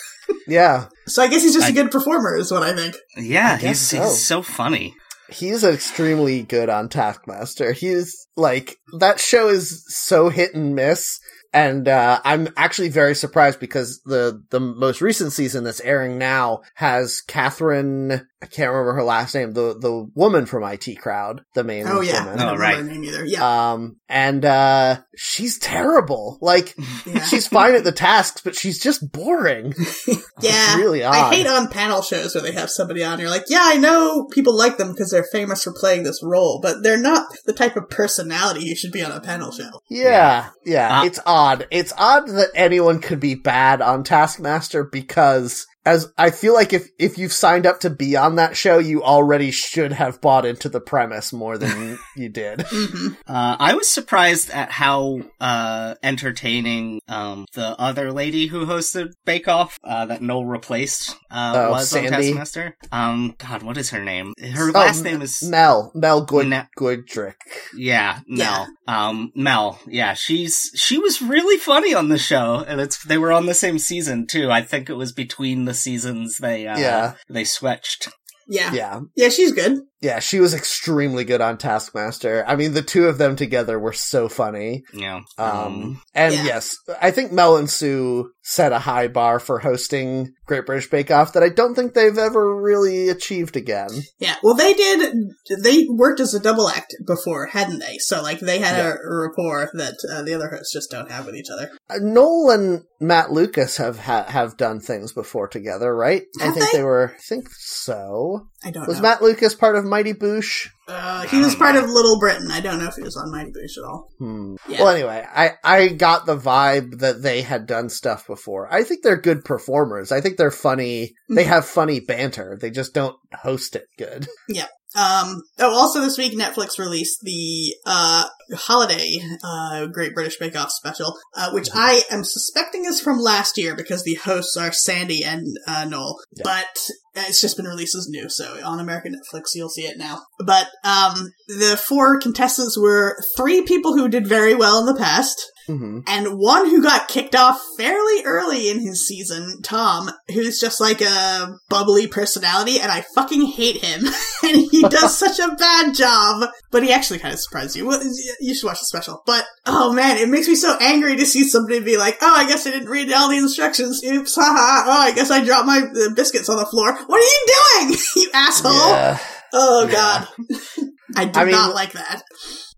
Yeah. So I guess he's just a I- good performer, is what I think. Yeah, guess he's so. he's so funny. He's extremely good on Taskmaster. He's like that show is so hit and miss, and uh, I'm actually very surprised because the the most recent season that's airing now has Catherine. I can't remember her last name. The the woman from IT Crowd, the main Oh yeah, I woman. don't Oh, remember right. her name either. Yeah, Um, and uh, she's terrible. Like yeah. she's fine at the tasks, but she's just boring. Yeah. It's really odd. I hate on panel shows where they have somebody on. You're like, yeah, I know people like them because they're famous for playing this role, but they're not the type of personality you should be on a panel show. Yeah, yeah, Uh, it's odd. It's odd that anyone could be bad on Taskmaster because as I feel like if if you've signed up to be on that show, you already should have bought into the premise more than you did. hmm Uh, I was surprised at how uh, entertaining um, the other lady who hosted Bake Off uh, that Noel replaced uh, Oh, was on Sandy. Oh, Taskmaster. Um, God, what is her name? Her last name is Mel Mel Good Na- Goodrick. yeah, Mel. Um, Mel. Yeah, she's she was really funny on the show, and it's they were on the same season too. I think it was between the seasons they uh, Yeah. they switched. Yeah. yeah. Yeah, she's good. yeah, she was extremely good on Taskmaster. I mean, the two of them together were so funny. Yeah. Um, and Yeah. yes, I think Mel and Sue set a high bar for hosting Great British Bake Off that I don't think they've ever really achieved again. Yeah. Well, they did, they worked as a double act before, hadn't they? So, like, they had Yeah. a rapport that uh, the other hosts just don't have with each other. Uh, Noel and Matt Lucas have ha- have done things before together, right? I Have think they? they were. I think so. I don't Was know. Matt Lucas part of Mighty Boosh? uh, he was part of Little Britain. I don't know if he was on Mighty Boosh at all. Hmm. Yeah. Well, anyway, I I got the vibe that they had done stuff before. I think they're good performers. I think they're funny. They Mm. have funny banter. They just don't host it good. Um, oh, also this week Netflix released the, uh, holiday, uh, Great British Bake Off special, uh, which I am suspecting is from last year because the hosts are Sandy and, uh, Noel. Yeah. But uh, it's just been released as new, so on American Netflix you'll see it now. But, um, the four contestants were three people who did very well in the past, hmm and one who got kicked off fairly early in his season, Tom, who's just like a bubbly personality, and I fucking hate him. and he does such a bad job, but he actually kind of surprised you. Well, you should watch the special. But oh man, it makes me so angry to see somebody be like, "Oh, I guess I didn't read all the instructions. Oops, haha. Oh, I guess I dropped my uh, biscuits on the floor. What are you doing, you asshole? Yeah. Oh Yeah. god, I do I mean- not like that.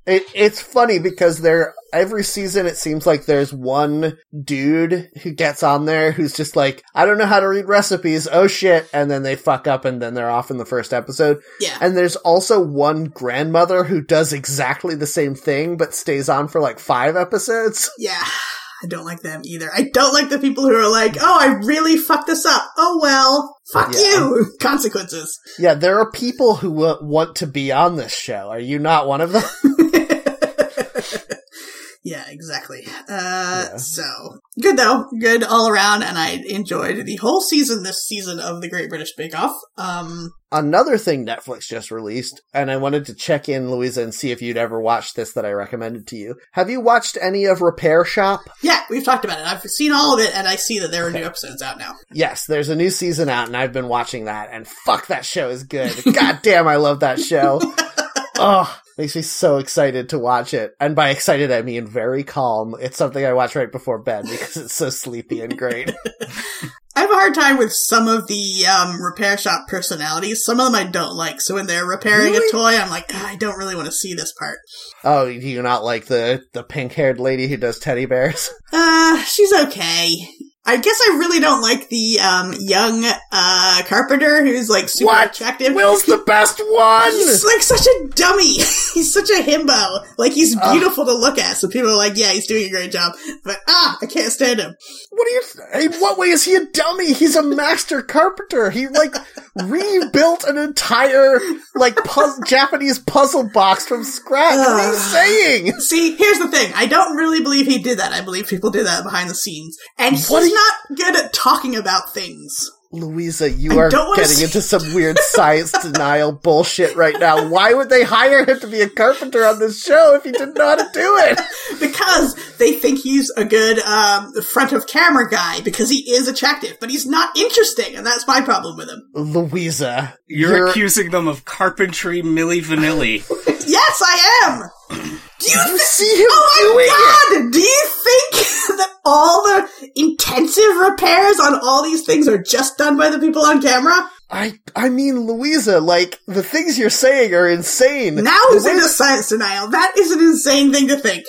It, it's funny because there every season it seems like there's one dude who gets on there who's just like I don't know how to read recipes oh shit and then they fuck up and then they're off in the first episode Yeah, and there's also one grandmother who does exactly the same thing but stays on for like 5 episodes Yeah. I don't like them either. I don't like the people who are like, oh, I really fucked this up. Oh well. Fuck Yeah. you. Consequences. yeah there are people who w- want to be on this show are you not one of them yeah, exactly. Uh, Yeah. So good though, good all around, and I enjoyed the whole season this season of the Great British Bake Off. Um, another thing Netflix just released, and I wanted to check in, Louisa, and see if you'd ever watched this that I recommended to you. Have you watched any of Repair Shop? yeah, we've talked about it. I've seen all of it, and I see that there are new episodes out now. Yes, there's a new season out, and I've been watching that, and fuck, that show is good. God damn, I love that show. oh, makes me so excited to watch it. And by excited, I mean very calm. It's something I watch right before bed because it's so sleepy and great. I have a hard time with some of the um, repair shop personalities. Some of them I don't like. So when they're repairing Really? a toy, I'm like, "Ah, I don't really want to see this part. oh, do you not like the, the pink haired lady who does teddy bears? Uh, she's okay. I guess I really don't like the um young uh carpenter who's like super What? attractive. Will's the best one! He's like such a dummy. he's such a himbo. Like he's Ugh. beautiful to look at. So people are like, "Yeah, he's doing a great job," but ah, I can't stand him. What do you? Th- in what way is he a dummy? He's a master carpenter. He like rebuilt an entire like puz- Japanese puzzle box from scratch. What are you Ugh. saying? See, here's the thing. I don't really believe he did that. I believe people do that behind the scenes, and he's What are you- not good at talking about things. Louisa, you I are don't wanna getting see- into some weird science denial bullshit right now. Why would they hire him to be a carpenter on this show if he didn't know how to do it? because they think he's a good um, front of camera guy because he is attractive, but he's not interesting, and that's my problem with him. Louisa, You're, accusing them of carpentry Milli Vanilli. Yes, I am. Do you? you Th- see him oh doing it. my god! Do you think that all the intensive repairs on all these things are just done by the people on camera? I I mean, Louisa, like the things you're saying are insane. Now The is way into science denial. That is an insane thing to think.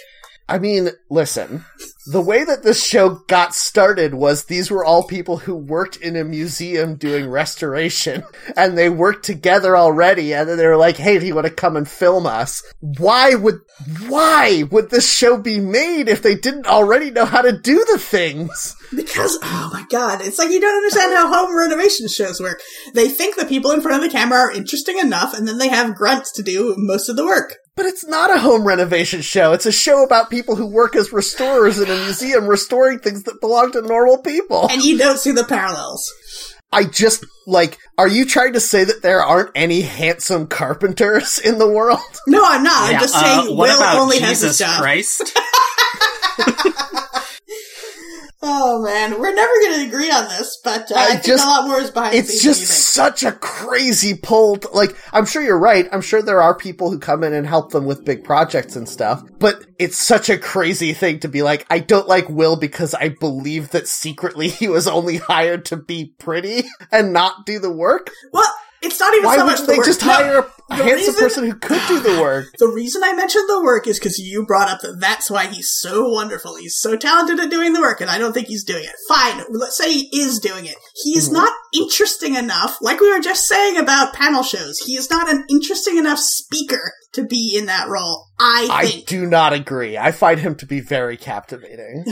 I mean, listen. the way that this show got started was these were all people who worked in a museum doing restoration and they worked together already and then they were like, hey, do you want to come and film us? Why would, why would this show be made if they didn't already know how to do the things? Because, oh my god, it's like you don't understand how home renovation shows work. They think the people in front of the camera are interesting enough, and then they have grunts to do most of the work. But it's not a home renovation show. It's a show about people who work as restorers in a museum restoring things that belong to normal people. And you don't see the parallels. I just, like, are you trying to say that there aren't any handsome carpenters in the world? No, I'm not. I'm just saying uh, Will only has Jesus his job. Christ? Oh man, we're never going to agree on this, but uh, I, I think just- a lot more is behind the It's scenes than just you think. such a crazy pull. t- like, I'm sure you're right. I'm sure there are people who come in and help them with big projects and stuff, but it's such a crazy thing to be like, I don't like Will because I believe that secretly he was only hired to be pretty and not do the work. Well, it's not even Why so much wouldn't the they work. just No, hire a the handsome reason- person who could do the work? The reason I mentioned the work is because you brought up that that's why he's so wonderful. He's so talented at doing the work, and I don't think he's doing it. Fine, let's say he is doing it. He's Mm-hmm. not interesting enough, like we were just saying about panel shows. He is not an interesting enough speaker to be in that role, I I think. do not agree. I find him to be very captivating.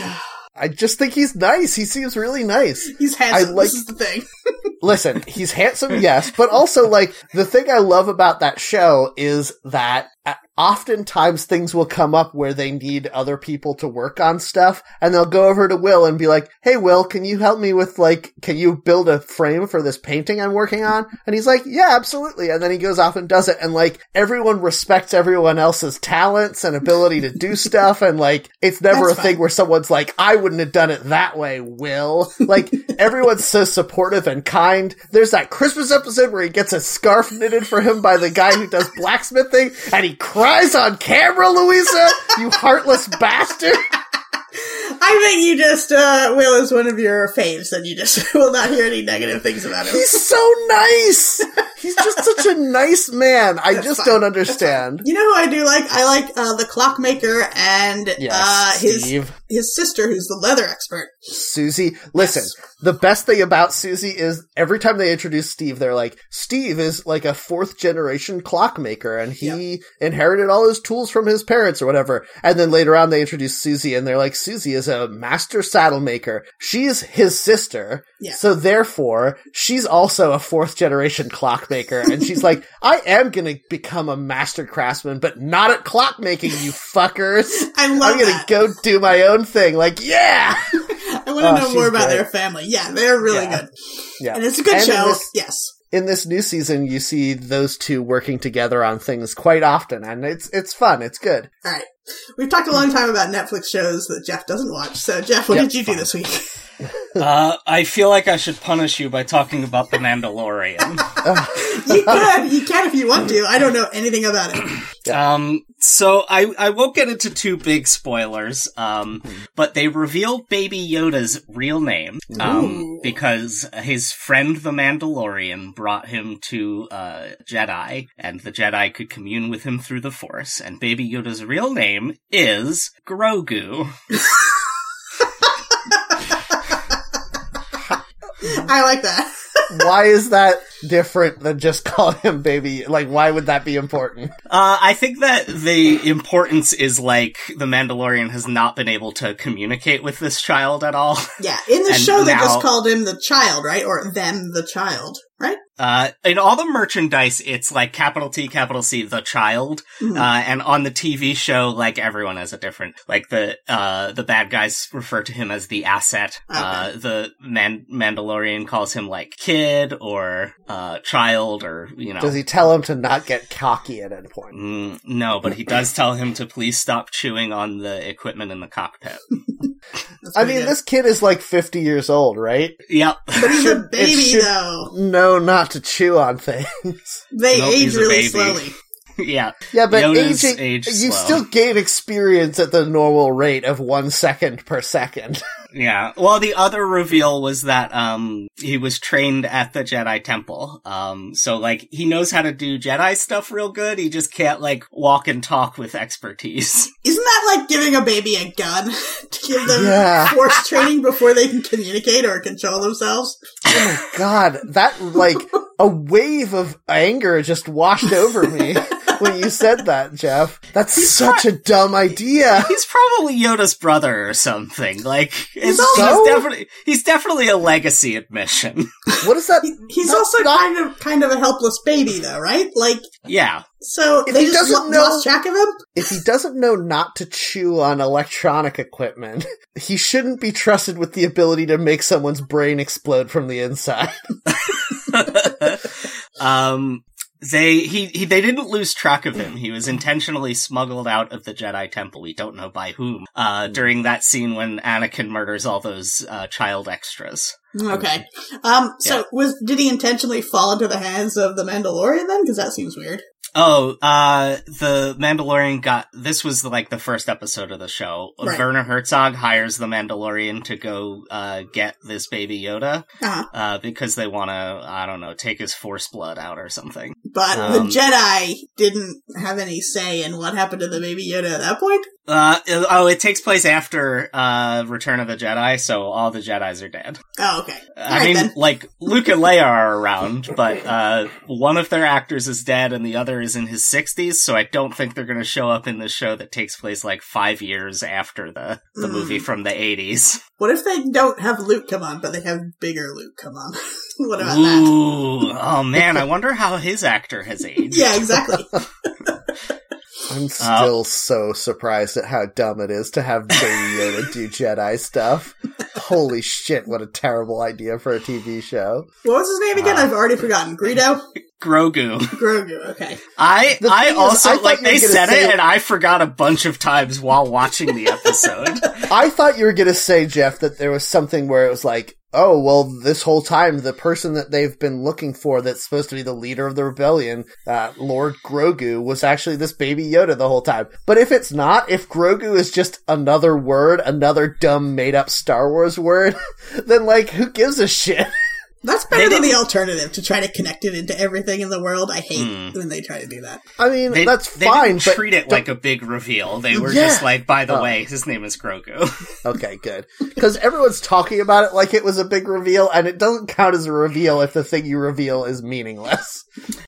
I just think he's nice. He seems really nice. he's handsome. I like- this is the thing. Listen, he's handsome, yes, but also like the thing I love about that show is that uh, oftentimes things will come up where they need other people to work on stuff and they'll go over to Will and be like, "Hey Will, can you help me with like can you build a frame for this painting I'm working on?" And he's like, "Yeah, absolutely." And then he goes off and does it and like everyone respects everyone else's talents and ability to do stuff and like it's never That's a thing fine. where someone's like, I wouldn't have done it that way, Will. Like, everyone's so supportive and kind. There's that Christmas episode where he gets a scarf knitted for him by the guy who does blacksmithing, and he cries on camera, Louisa, you heartless bastard. I think you just, uh, Will is one of your faves, and you just will not hear any negative things about him. He's so nice. He's just such a nice man. I just fine. don't understand. You know who I do like? I like uh, the clockmaker and Yes, uh, his Steve. his sister, who's the leather expert. Susie. Listen, the best thing about Susie is every time they introduce Steve, they're like, Steve is like a fourth generation clockmaker and he inherited all his tools from his parents or whatever. And then later on, they introduce Susie and they're like, Susie is a master saddle maker. She's his sister. Yeah. So therefore, she's also a fourth generation clockmaker. And she's like, I am going to become a master craftsman, but not at clockmaking, you fuckers. I love I'm going to that. go do my own thing. Like, yeah. I want to Oh, know she's more about great. their family. Yeah, they're really Yeah. good, Yeah. and it's a good And in show. this- yes, in this new season, you see those two working together on things quite often, and it's it's fun. It's good. all right. We've talked a long time about Netflix shows that Jeff doesn't watch. So, Jeff, what Yep, did you do this week? Uh, I feel like I should punish you by talking about The Mandalorian. you could, you can if you want to. I don't know anything about it. Um, so I, I won't get into two big spoilers, um, Hmm. but they reveal Baby Yoda's real name, um, Ooh. because his friend the Mandalorian brought him to, uh, Jedi, and the Jedi could commune with him through the Force, and Baby Yoda's real name is Grogu. I like that. Why is that different than just calling him baby? Like, why would that be important? Uh, I think that the importance is like the Mandalorian has not been able to communicate with this child at all. Yeah, in the And show they just now- called him the child, right, or them the child, right? Uh, in all the merchandise, it's like capital T, capital C, the child. Mm-hmm. Mhm. Uh, and on the TV show, like everyone has a different, like the, uh, the bad guys refer to him as the asset. Uh, the man- Mandalorian calls him like kid or, uh, child or, you know. Does he tell him to not get cocky at any point? Mm, no, but he does tell him to please stop chewing on the equipment in the cockpit. That's I pretty mean, good. this kid is like fifty years old, right? yep. But he's a should- it baby, should- though. No, not to chew on things. They Nope, age he's a really baby. slowly. yeah. Yeah, but Yoda's aging, age you slow. still gain experience at the normal rate of one second per second. Yeah. Well, the other reveal was that um he was trained at the Jedi Temple. Um so like he knows how to do Jedi stuff real good. He just can't like walk and talk with expertise. Isn't that like giving a baby a gun to give them Yeah. force training before they can communicate or control themselves? Oh my god, that like a wave of anger just washed over me when you said that, Jeff. That's such a dumb idea. He's probably Yoda's brother or something. Like it's So? he's definitely he's definitely a legacy admission. What is that? He's That's also not- kind of kind of a helpless baby though, right? Like yeah. so If they he just doesn't lo- know- lost track of him? If he doesn't know not to chew on electronic equipment, he shouldn't be trusted with the ability to make someone's brain explode from the inside. um they he, he they didn't lose track of him he was intentionally smuggled out of the jedi temple we don't know by whom uh during that scene when anakin murders all those uh child extras Hmm. Okay. Um so was did he intentionally fall into the hands of the Mandalorian then? Cuz that seems weird. oh uh the mandalorian got this was like the first episode of the show Right. werner herzog hires the mandalorian to go uh get this baby yoda Uh-huh. uh because they want to i don't know take his force blood out or something But Um, the Jedi didn't have any say in what happened to the baby Yoda at that point. Uh, oh, it takes place after uh, Return of the Jedi, so all the Jedi's are dead. Oh, okay. I Alright mean, then. like Luke and Leia are around, but uh, one of their actors is dead and the other is in his sixties. So I don't think they're going to show up in this show that takes place like five years after the Hmm. the Mm. movie from the eighties. What if they don't have Luke come on, but they have bigger Luke come on? what Ooh, about that? oh man, I wonder how his actor has aged. Yeah, exactly. I'm still so surprised at how dumb it is to have Baby Yoda do Jedi stuff. Holy shit, what a terrible idea for a TV show. What was his name again? Uh, I've already forgotten. Greedo? Grogu. Grogu, okay. I The I thing is, also I thought like you were they gonna said say- it and I forgot a bunch of times while watching the episode. I thought you were going to say, Jeff, that there was something where it was like, oh, well, this whole time, the person that they've been looking for that's supposed to be the leader of the rebellion, uh, Lord Grogu, was actually this baby Yoda the whole time. But if it's not, if Grogu is just another word, another dumb made up Star Wars word, then like, who gives a shit? That's better They than the alternative to try to connect it into everything in the world. I hate Hmm. when they try to do that. I mean, They, that's they fine, Didn't but treat it like a big reveal. They were Yeah. just like, by the Oh. way, his name is Grogu. Okay, good. Because everyone's talking about it like it was a big reveal, and it doesn't count as a reveal if the thing you reveal is meaningless.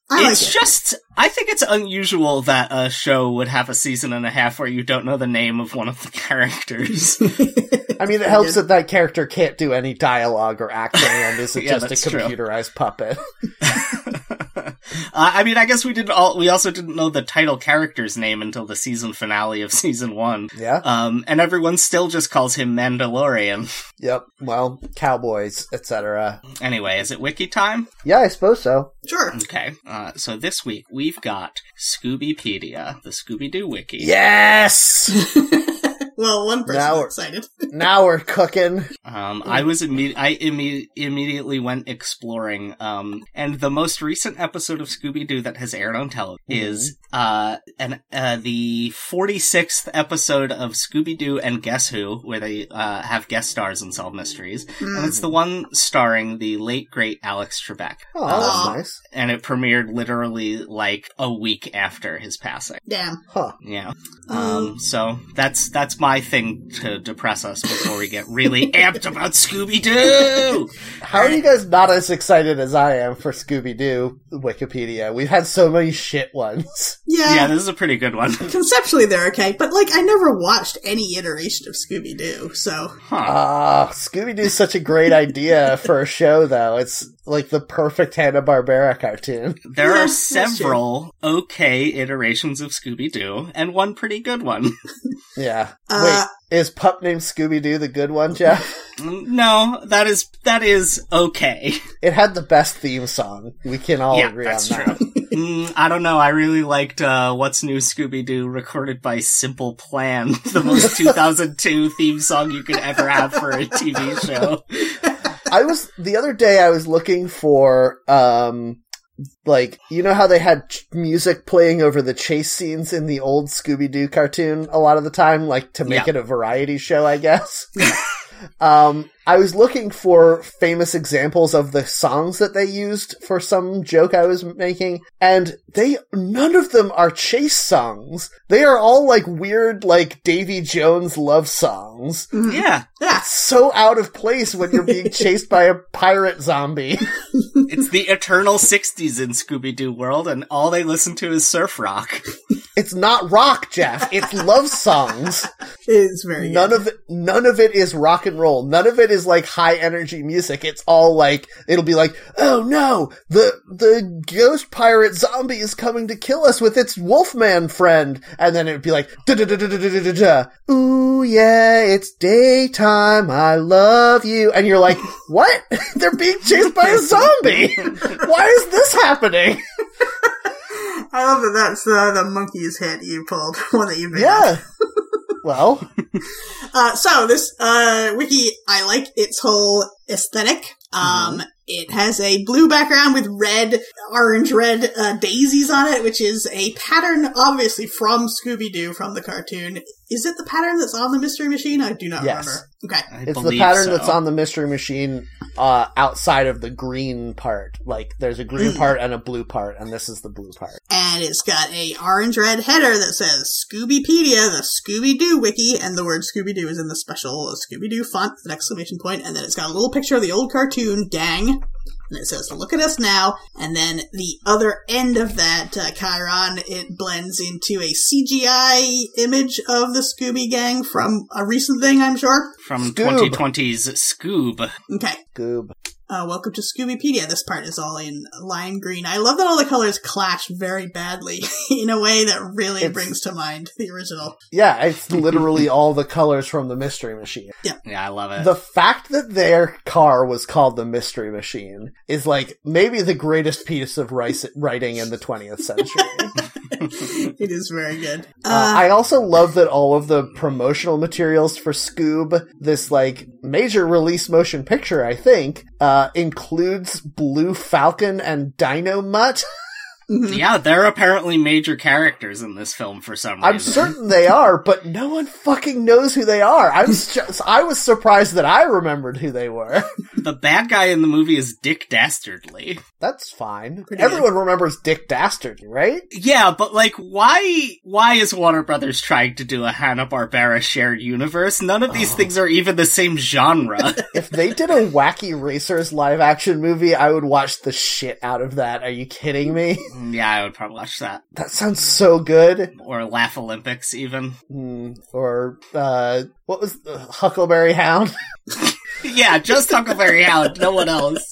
I it's like it. just, I think it's unusual that a show would have a season and a half where you don't know the name of one of the characters. I mean, it helps that that character can't do any dialogue or acting, and is Yeah, that's just a true. computerized puppet. uh, I mean, I guess we didn't all. We also didn't know the title character's name until the season finale of season one. Yeah. Um, and everyone still just calls him Mandalorian. Yep. Well, cowboys, etc. Anyway, is it wiki time? Yeah, I suppose so. Sure. Okay. Uh, so this week we've got Scoobypedia, the Scooby Doo wiki. Yes. Hmm. Well, one Now person's we're- excited. now we're cooking. Um, I was imme- I imme- immediately went exploring. Um, and the most recent episode of Scooby Doo that has aired on television is uh an uh the forty sixth episode of Scooby Doo and Guess Who, where they uh have guest stars and solve mysteries, Hmm. and it's the one starring the late great Alex Trebek. Oh, Aw. that's nice. And it premiered literally like a week after his passing. Damn. Huh. Yeah. Um, Um, so that's that's my thing to depress us before we get really amped about Scooby Doo. How are you guys not as excited as I am for Scooby Doo Wikipedia? We've had so many shit ones. Yeah. yeah, this is a pretty good one. Conceptually, they're okay, but like, I never watched any iteration of Scooby Doo, so Huh. Ah, Scooby Doo's such a great idea for a show, though. It's like the perfect Hanna Barbera cartoon. There yeah, are that's true. several okay iterations of Scooby Doo and one pretty good one. Yeah. Uh, Wait, is pup named Scooby Doo the good one, Jeff? Mm, no, that is that is okay. It had the best theme song. We can Oh, all yeah, agree that's on true. that. mm, I don't know. I really liked uh, "What's New Scooby Doo" recorded by Simple Plan, the most 2002 theme song you could ever have for a TV show. I was the other day. I was looking for um, like you know how they had ch- music playing over the chase scenes in the old Scooby Doo cartoon a lot of the time, like to make Yeah. it a variety show, I guess. Um, I was looking for famous examples of the songs that they used for some joke I was making, and they none of them are chase songs. They are all like weird, like Davy Jones love songs. Mhm. Yeah, Yeah. So out of place when you're being chased by a pirate zombie. it's the eternal 60s in Scooby Doo world, and all they listen to is surf rock. It's not rock, Jeff. It's love songs. It's very good. None of it, none of it is rock and roll. None of it is like high energy music. It's all like it'll be like, oh no, the the ghost pirate zombie is coming to kill us with its wolfman friend, and then it'd be like, da da da da da da da da. Ooh yeah, it's daytime. I love you, and you're like, what? They're being chased by a zombie. Why is this happening? I love that that's uh, the monkey's head you pulled, one that you made. Yeah. Well, Uh, so this uh, wiki, I like its whole aesthetic. Um, It has a blue background with red, orange red uh, daisies on it, which is a pattern obviously from Scooby Doo from the cartoon. Is it the pattern that's on the Mystery Machine? I do not Yes. remember. Okay. I it's the believe pattern so. that's on the mystery machine uh, outside of the green part. Like there's a green Hmm. Mm. part and a blue part, and this is the blue part. And it's got a orange red header that says Scoobypedia, the Scooby Doo wiki, and the word Scooby Doo is in the special Scooby Doo font with an exclamation point, and then it's got a little picture of the old cartoon, Dang. And it says, look at us now. And then the other end of that, uh, Chiron, it blends into a CGI image of the Scooby Gang from a recent thing, I'm sure. From Scoob. 2020's Scoob. Okay. Goob. Uh, welcome to Scoobypedia. This part is all in lime green. I love that all the colors clash very badly in a way that really It's- brings to mind the original. Yeah, it's literally all the colors from the mystery machine. Yeah, I love it. The fact that their car was called the mystery machine is like maybe the greatest piece of rice- writing in the 20th century. it is very good. Uh, Uh, I also love that all of the promotional materials for Scoob, this like major release motion picture, I think, uh, includes Blue Falcon and Dino Mutt. mhm. yeah, they're apparently major characters in this film for some reason. I'm certain they are, but no one fucking knows who they are. I'm just, I was surprised that I remembered who they were. The bad guy in the movie is Dick Dastardly. That's fine. Pretty good. Everyone remembers Dick Dastardly, right? Yeah, but like, why? Why is Warner Brothers trying to do a Hanna Barbera shared universe? None of these Oh. things are even the same genre. If they did a wacky racers live action movie, I would watch the shit out of that. Are you kidding me? Mm, yeah, I would probably watch that That sounds so good. or Laugh Olympics even. Hmm, or uh, what was uh, Huckleberry Hound? yeah, just Huckleberry Hound, no one else.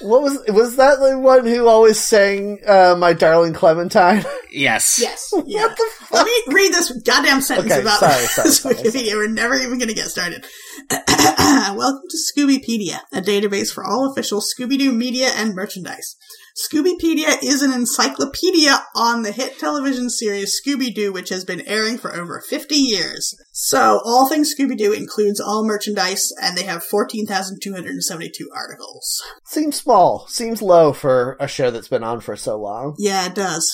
what was was that the one who always sang uh, "My Darling Clementine"? Yes. yes. Yeah. what the fuck? Let me read this goddamn sentence Okay, about sorry, sorry, this sorry, Wikipedia. We're never even going to get started. Welcome to Scoobypedia, a database for all official Scooby-Doo media and merchandise. Scoobypedia is an encyclopedia on the hit television series Scooby-Doo, which has been airing for over 50 years. So, all things Scooby-Doo includes all merchandise, and they have 14,272 articles. Seems small. Seems low for a show that's been on for so long. Yeah, it does.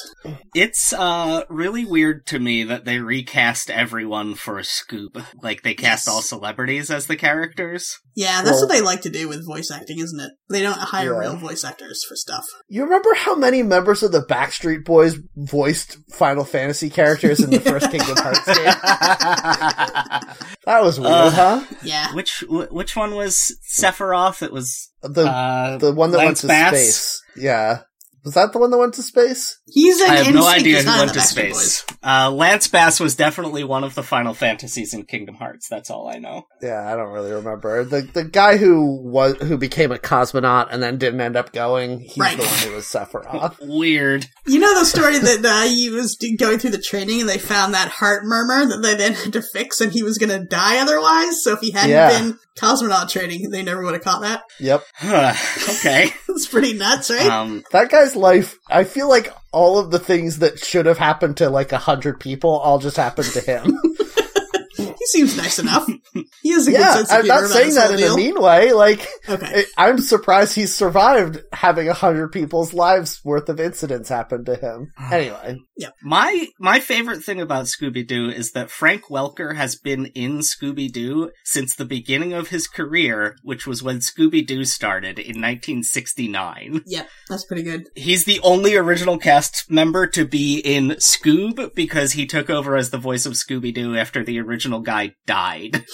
It's uh really weird to me that they recast everyone for a Scoob. Like they cast Yes. all celebrities as the characters. Yeah, that's Well- what they like to do with voice acting, isn't it? They don't hire Yeah. real voice actors for stuff. You remember how many members of the Backstreet Boys voiced Final Fantasy characters in the first Kingdom Hearts game? That was weird, Uh. huh? Yeah. which wh- which one was Sephiroth? It was The uh, the one that Lance went to Bass? space. Yeah, was that the one that went to space? He's an I have no NSYNC, idea he's who not in went the to Backstreet space. Uh, Lance Bass was definitely one of the Final Fantasies in Kingdom Hearts. That's all I know. Yeah, I don't really remember. The the guy who was who became a cosmonaut and then didn't end up going, he's Right. the one who was Sephiroth. Weird. Boys. You know the story that uh, he was d- going through the training and they found that heart murmur that they then had to fix and he was going to die otherwise. So if he hadn't Yeah. been cosmonaut training, they never would have caught that. yep. Huh, okay. It's pretty nuts, right? Um, That guy's life I feel like all of the things that should have happened to like a hundred people all just happened to him. He seems nice enough. He has a good yeah, sense of I'm humor. not about saying this that whole in deal. a mean way. Like, Okay. I- I'm surprised he survived having a hundred people's lives worth of incidents happen to him. Anyway, My my favorite thing about Scooby Doo is that Frank Welker has been in Scooby Doo since the beginning of his career, which was when Scooby Doo started in 1969. Yep, that's pretty good. He's the only original cast member to be in Scoob because he took over as the voice of Scooby Doo after the original guy died.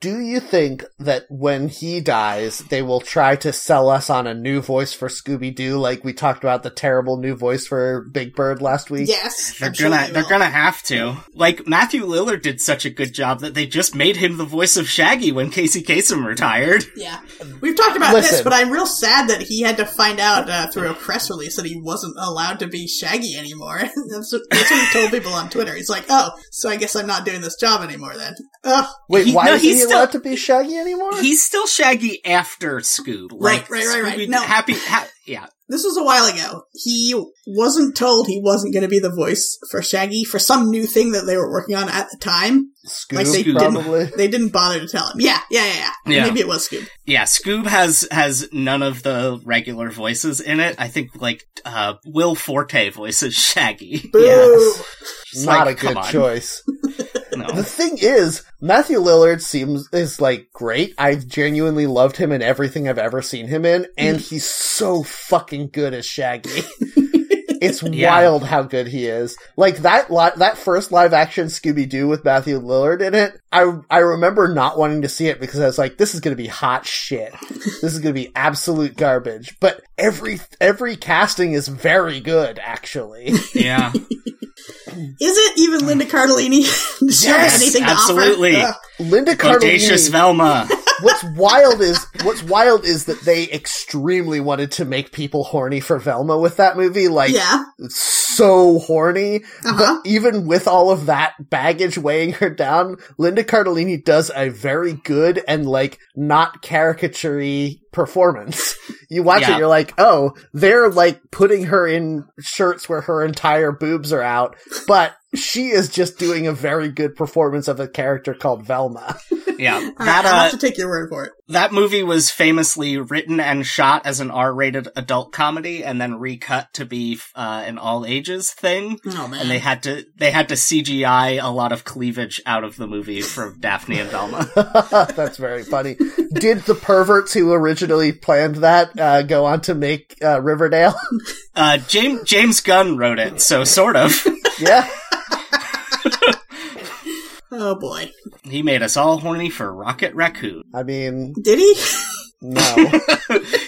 do you think that when he dies, they will try to sell us on a new voice for Scooby Doo, like we talked about the terrible new voice for Big Bird last week? Yes, They're I'm sure gonna they they're will. gonna have to. Like Matthew Lillard did such a good job that they just made him the voice of Shaggy when Casey Kasem retired. Yeah, we've talked about this, Listen. but I'm real sad that he had to find out uh, through a press release that he wasn't allowed to be Shaggy anymore. that's, what, that's what he told people on Twitter. He's like, "Oh, so I guess I'm not doing this job anymore then." Ugh. Wait, He- why no, is he he's allowed to be Shaggy anymore? He's still Shaggy after Scoob. Right, Like, right, right, right. Scooby- No. Happy, ha- yeah. This was a while ago. He wasn't told he wasn't going to be the voice for Shaggy for some new thing that they were working on at the time. Scoob, Like they didn't- probably. They didn't bother to tell him. Yeah, yeah, yeah. yeah. Yeah. Maybe it was Scoob. Yeah, Scoob has, has none of the regular voices in it. I think, like, uh, Will Forte voices Shaggy. Boo. Yes. It's Not like, a good come on. choice. The No. thing is, Matthew Lillard seems is like great. I've genuinely loved him in everything I've ever seen him in, and Mm. he's so fucking good as Shaggy. it's Yeah. wild how good he is. Like that li- that first live action Scooby Doo with Matthew Lillard in it. I I remember not wanting to see it because I was like, this is gonna be hot shit. This is gonna be absolute garbage. But every every casting is very good, actually. Yeah. Is it even Linda Cardellini? Does she have Yes, anything absolutely. To offer? Ugh. Linda Cardellini Audacious Velma. what's wild is what's wild is that they extremely wanted to make people horny for Velma with that movie, like yeah. so horny. Uh-huh. But even with all of that baggage weighing her down, Linda Cardellini does a very good and like not caricaturey performance. You watch Yeah. it, you're like, oh, they're like putting her in shirts where her entire boobs are out, but she is just doing a very good performance of a character called Velma. Yeah. All right, That, I'll uh, have to take your word for it. that movie was famously written and shot as an R-rated adult comedy and then recut to be, uh, an all ages thing. Oh man. and they had to they had to CGI a lot of cleavage out of the movie from Daphne and Velma. That's very funny. Did the perverts who originally planned that uh, go on to make uh, Riverdale? Uh, James James Gunn wrote it, so sort of. yeah, oh boy. He made us all horny for Rocket Raccoon. I mean, Did he? no.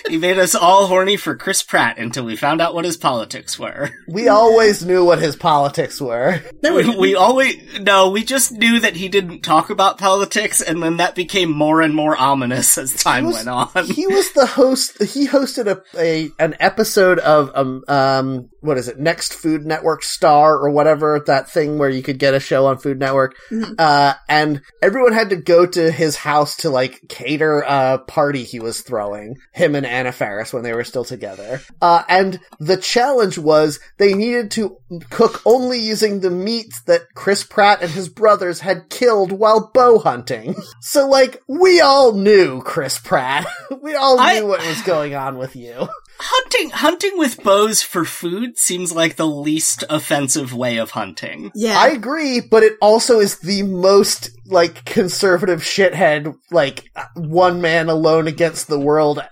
He made us all horny for Chris Pratt until we found out what his politics were. We always knew what his politics were. No, we We, we always no, we just knew that he didn't talk about politics, and then that became more and more ominous as time was- went on. He was the host. He hosted a, a an episode of um um what is it? Next Food Network Star or whatever that thing where you could get a show on Food Network. Mhm. Uh, and everyone had to go to his house to like cater a party he was throwing. Him and Anna Faris when they were still together. Uh, and the challenge was they needed to cook only using the meats that Chris Pratt and his brothers had killed while bow hunting. So, like, we all knew Chris Pratt. we all I- knew what was going on with you. hunting hunting with bows for food seems like the least offensive way of hunting. Yeah. I agree, but it also is the most, like, conservative shithead, like, uh, one man alone against the world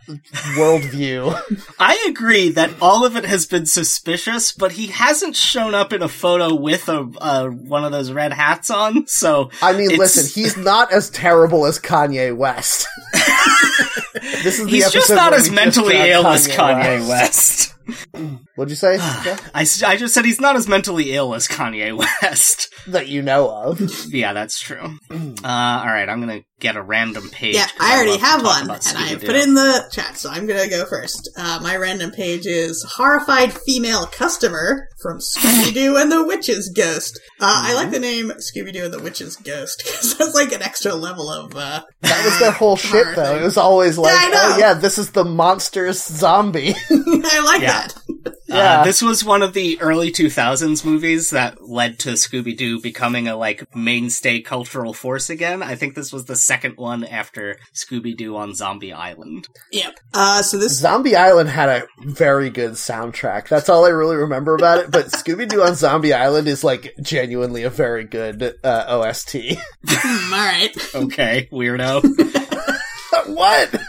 worldview. I agree that all of it has been suspicious, but he hasn't shown up in a photo with a uh, one of those red hats on. So I mean, It's- listen, he's not as terrible as Kanye West. this is the he's just episode not where as we mentally discuss ill as Kanye West. What'd you say? Yeah? I, s- I just said he's not as mentally ill as Kanye West. that you know of. yeah, that's true. Uh, Mm. all right, I'm gonna get a random page. yeah, 'cause I already love to have talk one, about and I Scooby-Doo. put it in the chat, so I'm gonna go first. Uh, my random page is horrified female customer from Scooby Doo and the Witch's Ghost. Uh, I Mm-hmm. like the name Scooby Doo and the Witch's Ghost because that's like an extra level of. Uh, That was their whole shit, horror though. It thing. was always like, Yeah, I know. oh yeah, this is the monster's zombie. I like Yeah. that. Yeah. Uh, this was one of the early 2000s movies that led to Scooby Doo becoming a like mainstay cultural force again. I think this was the second one after Scooby Doo on Zombie Island. Yep. Uh, so this Zombie Island had a very good soundtrack. That's all I really remember about it. But Scooby Doo on Zombie Island is like genuinely a very good uh, OST. hmm, all right. Okay, weirdo. what?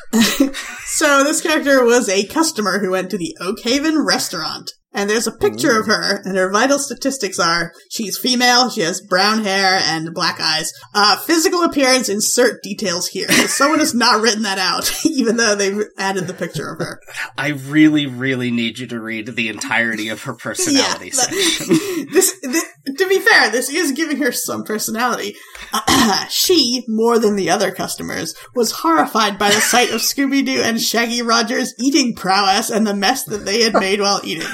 So this character was a customer who went to the Oak Haven restaurant. And there's a picture of her, and her vital statistics are she's female, she has brown hair and black eyes. Uh, physical appearance, insert details here. Someone has not written that out, even though they've added the picture of her. I really, really need you to read the entirety of her personality but- section. this, this, to be fair, this is giving her some personality. she, more than the other customers, was horrified by the sight of Scooby Doo and Shaggy Rogers' eating prowess and the mess that they had made while eating.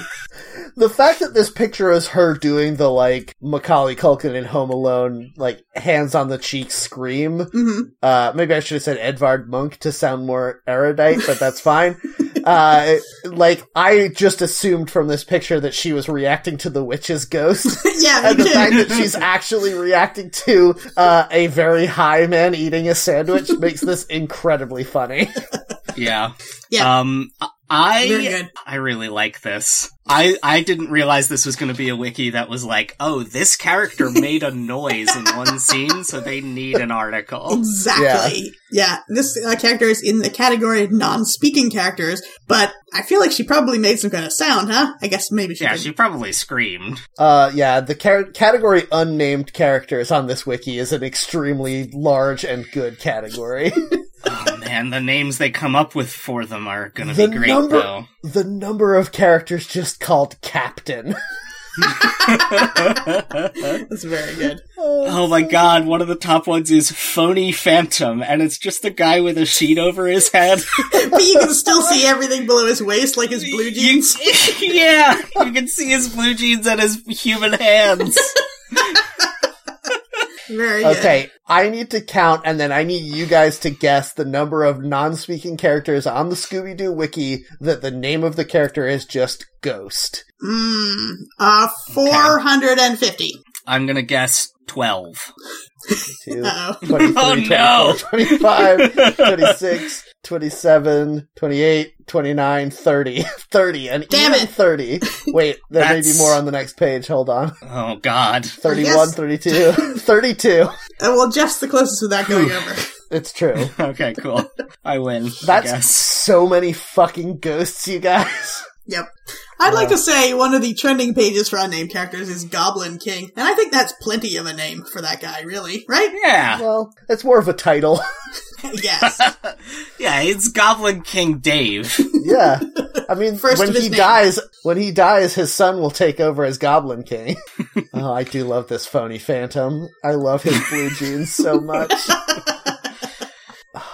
The fact that this picture is her doing the like Macaulay Culkin in Home Alone, like hands on the cheek scream. hmm Uh, maybe I should have said Edvard Munch to sound more erudite, but that's fine. Uh, like I just assumed from this picture that she was reacting to the witch's ghost. yeah, and me the fact too. that she's actually reacting to uh, a very high man eating a sandwich makes this incredibly funny. yeah. Yeah. Um, Very I good. I really like this. I I didn't realize this was going to be a wiki that was like, oh, this character made a noise in one scene, so they need an article. Exactly. Yeah, this uh, character is in the category of non-speaking characters, but I feel like she probably made some kind of sound, huh? I guess maybe she Yeah, did. she probably screamed. Uh, yeah, the car- category unnamed characters on this wiki is an extremely large and good category. Oh man, the names they come up with for them are going to The be great number- though. the number of characters just called Captain. That's very good. Oh my god, one of the top ones is Phony Phantom, and it's just a guy with a sheet over his head. but you can still see everything below his waist, like his blue jeans. You- yeah, you can see his blue jeans and his human hands. Very good. Okay, I need to count, and then I need you guys to guess the number of non-speaking characters on the Scooby-Doo wiki that the name of the character is just Ghost. Mm, uh, 450. I'm gonna guess 12. 22, Uh-oh. 23, Oh, no. 24, 25, 26, 27, 28, 29, 30. 30, and Damn even it. 30. Wait, there may be That's- more on the next page. Hold on. Oh god. 31, Yes. 32, 32. Uh, well, Jeff's the closest without going over. It's true. Okay, cool. I win. I That's guess. so many fucking ghosts, you guys. Yep. I'd like to say one of the trending pages for unnamed characters is Goblin King, and I think that's plenty of a name for that guy, really, right? Yeah. Well, it's more of a title. yes. Yeah, it's Goblin King Dave. yeah. I mean, First when of his he name. dies, when he dies, his son will take over as Goblin King. oh, I do love this phony phantom. I love his blue jeans so much.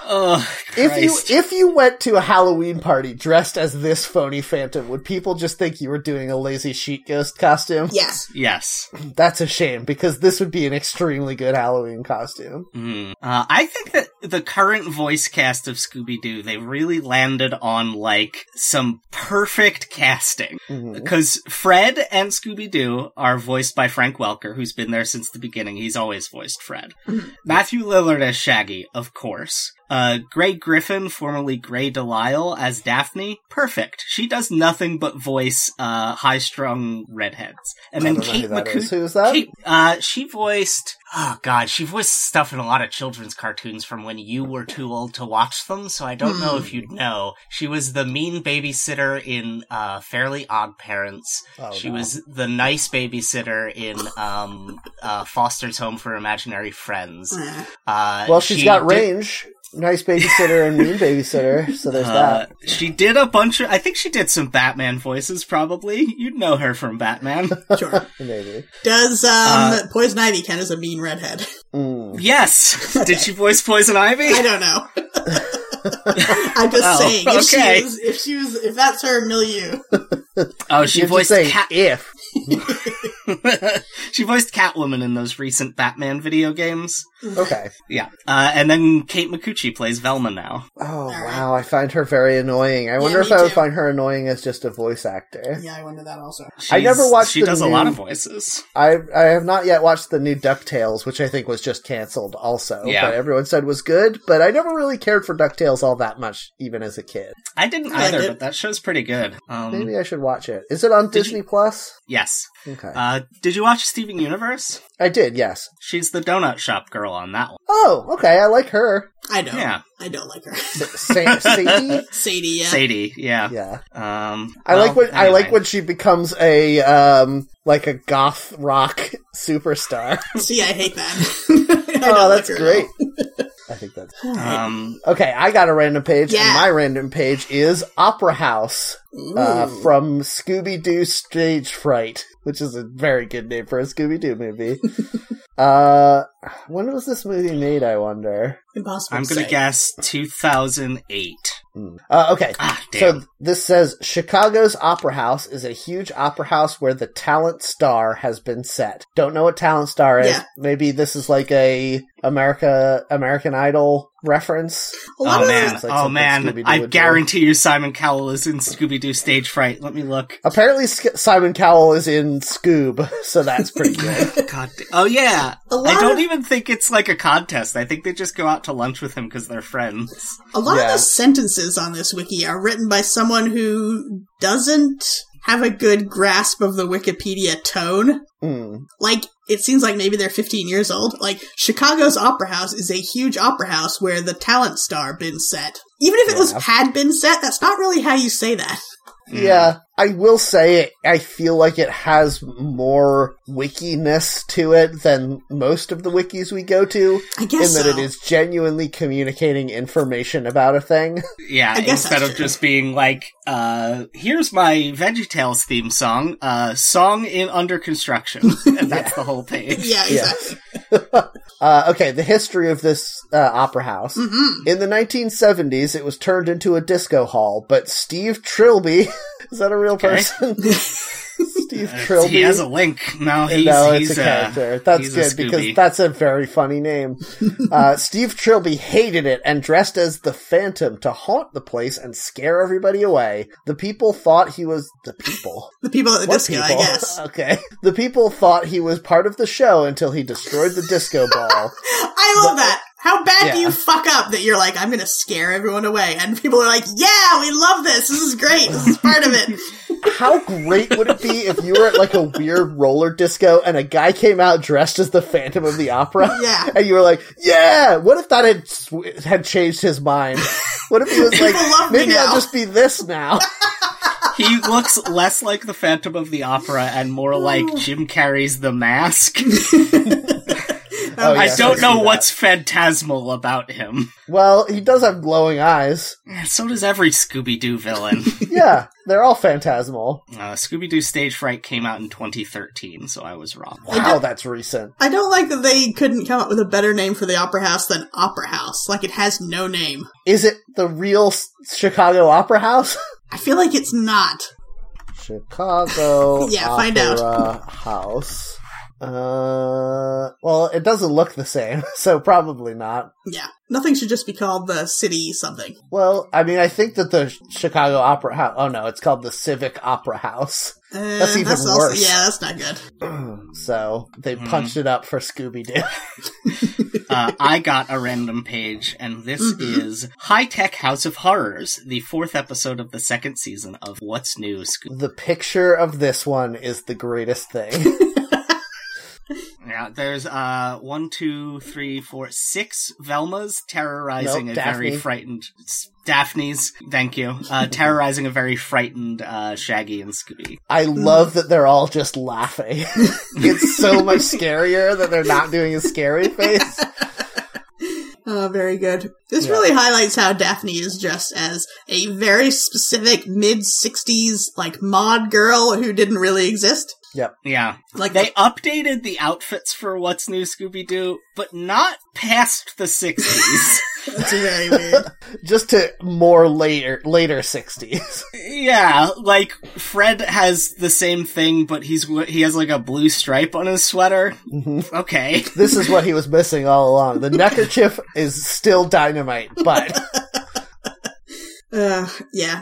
Oh, If you Christ. if you went to a Halloween party dressed as this phony phantom, would people just think you were doing a lazy sheet ghost costume? Yes. Yes. That's a shame because this would be an extremely good Halloween costume. Mm. Uh, I think that the current voice cast of Scooby Doo, they really landed on like some perfect casting. Mhm. Because Fred and Scooby Doo are voiced by Frank Welker, who's been there since the beginning. He's always voiced Fred. Mm-hmm. Matthew Lillard as Shaggy, of course. Uh, Gray Griffin, formerly Gray Delisle, as Daphne. Perfect. She does nothing but voice uh, high strung redheads. And I then don't know who Kate that is. McCoon. Who's that? Kate, uh, she voiced. Oh God, she voiced stuff in a lot of children's cartoons from when you were too old to watch them. So I don't know Hmm. if you'd know. She was the mean babysitter in uh, Fairly Odd Parents. Oh, she no. was the nice babysitter in um, uh, Foster's Home for Imaginary Friends. Eh. Uh, Hmm. Well, she's she got did- range. Nice babysitter and mean babysitter. So there's uh, that. she did a bunch of. I think she did some Batman voices. Probably you'd know her from Batman. Sure. Maybe. Does um, Uh, Poison Ivy count as a mean redhead? Mm. yes, did she voice Poison Ivy? I don't know. I'm just Oh, saying. If okay. she was, if she was, if that's her milieu, Oh, she You have to voiced say Cat. if. she voiced Catwoman in those recent Batman video games. Okay. Yeah. Uh, and then Kate Micucci plays Velma now. Oh right. wow, I find her very annoying. I wonder me if I would too. find her annoying as just a voice actor. Yeah, I wonder that also. I never She's- watched She the does a lot new- of voices. I I have not yet watched the new DuckTales, which I think was just canceled also. Yeah. But everyone said was good, but I never really cared for DuckTales all that much, even as a kid. I didn't I like either, it. but that show's pretty good. Um, Maybe I should watch it. Is it on Did Disney Plus? Yes. Okay. Uh, did you watch Steven Universe? I did, yes. She's the donut shop girl on that one. Oh, okay, I like her. I don't. Yeah. I don't like her. Sa- Sadie? Sadie, yeah. Sadie, yeah. Yeah. Um, I like well, when I like anyway. when she becomes a um like a goth rock superstar. See, I hate that. I oh, don't like that's her at great. I think that's all. Um, Okay, I got a random page, Yeah. and my random page is Opera House uh, Ooh. from Scooby Doo Stage Fright, which is a very good name for a Scooby Doo movie. uh, when was this movie made? I wonder. Impossible I'm to gonna say. guess 2008. Hmm. Uh, okay, Ah, damn. So this says Chicago's Opera House is a huge opera house where the talent star has been set. Don't know what talent star is. Yeah. Maybe this is like a America American Idol reference. A lot oh of man, It's like oh something man! Scooby-Doo I would do. guarantee you, Simon Cowell is in Scooby Doo Stage Fright. Let me look. Apparently, Sk- Simon Cowell is in Scoob, so that's pretty good. God, da- oh yeah. I A lot, don't of, even think it's like a contest. I think they just go out to lunch with him because they're friends. a lot yeah. of the sentences on this wiki are written by someone who doesn't have a good grasp of the Wikipedia tone. Mm. Like, it seems like maybe they're 15 years old. Like, Chicago's Opera House is a huge opera house where the talent star been set. Even if it was Yeah. had been set, that's not really how you say that. Mm. Yeah, I will say it, I feel like it has more wikiness to it than most of the wikis we go to, I in guess that so. it is genuinely communicating information about a thing. Yeah, I guess instead that's of true. just being like, uh, here's my VeggieTales theme song, uh, song in under construction. and that's the whole page. Yeah, Yeah. exactly. Uh, okay, the history of this uh, opera house. hmm Mm-hmm. In the 1970s, it was turned into a disco hall, but Steve Trilby. Is that a real Okay. person? Steve Uh, Trilby. He has a link. No, he's, no, it's he's a uh, character. That's he's a good because Scooby. that's a very funny name. uh, Steve Trilby hated it and dressed as the Phantom to haunt the place and scare everybody away. The people thought he was the people. The people at the What disco, people? I guess. Okay. The people thought he was part of the show until he destroyed the disco ball. I love that. How bad do Yeah. you fuck up that you're like, I'm gonna scare everyone away? And people are like, yeah, we love this. This is great. This is part of it. Um, How great would it be if you were at like a weird roller disco and a guy came out dressed as the Phantom of the Opera? Yeah. And you were like, yeah! What if that had, sw- had changed his mind? What if he was like, People love me maybe I'll now." just be this now? He looks less like the Phantom of the Opera and more like Jim Carrey's The Mask. Oh, I yes, don't see know that. what's phantasmal about him. Well, he does have glowing eyes. Yeah, So does every Scooby Doo villain. Yeah, they're all phantasmal. uh, Scooby Doo Stage Fright came out in 2013, so I was wrong. Wow, that's recent. I don't like that they couldn't come up with a better name for the opera house than Opera House. Like, it has no name. Is it the real S- Chicago Opera House? I feel like it's not. Chicago Yeah, Opera find out. House. Uh, well, it doesn't look the same, so probably not. Yeah. Nothing should just be called the city something. Well, I mean, I think that the Chicago Opera House. Oh no, it's called the Civic Opera House. Uh, That's even worse. yeah, that's not good. So they Hmm. punched it up for Scooby Doo. uh, I got a random page, and this Mm-hmm. is High Tech House of Horrors, the fourth episode of the second season of What's New Scooby. the picture of this one is the greatest thing. Yeah, there's uh one, two, three, four, six Velmas terrorizing Nope, a very Daphne. frightened Daphne's. Thank you, uh, terrorizing a very frightened uh, Shaggy and Scooby. I love that they're all just laughing. it's so much scarier that they're not doing a scary face. Oh, very good. This Yeah. really highlights how Daphne is dressed as a very specific mid 60s, like, mod girl who didn't really exist. Yeah, Like, they updated the outfits for What's New Scooby Doo, but not past the sixties. That's very weird. just to more later later 60s. Yeah, like Fred has the same thing, but he's w- he has like a blue stripe on his sweater. Mhm. Okay, this is what he was missing all along. The neckerchief is still dynamite, but Uh, yeah.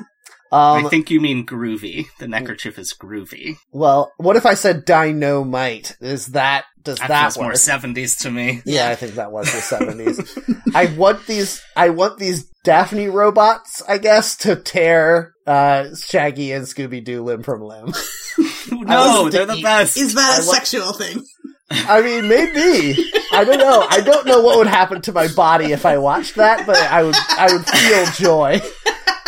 um I think you mean groovy. The neckerchief is groovy. well, what if I said dynamite? Is that does That, that, feels work? more seventies to me. Yeah, I think that was the seventies. I want these. I want these Daphne robots, I guess, to tear uh, Shaggy and Scooby Doo limb from limb. No, was they're the thinking- best. Is that a I wa- sexual thing? I mean, maybe. I don't know. I don't know what would happen to my body if I watched that, but I would. I would feel joy.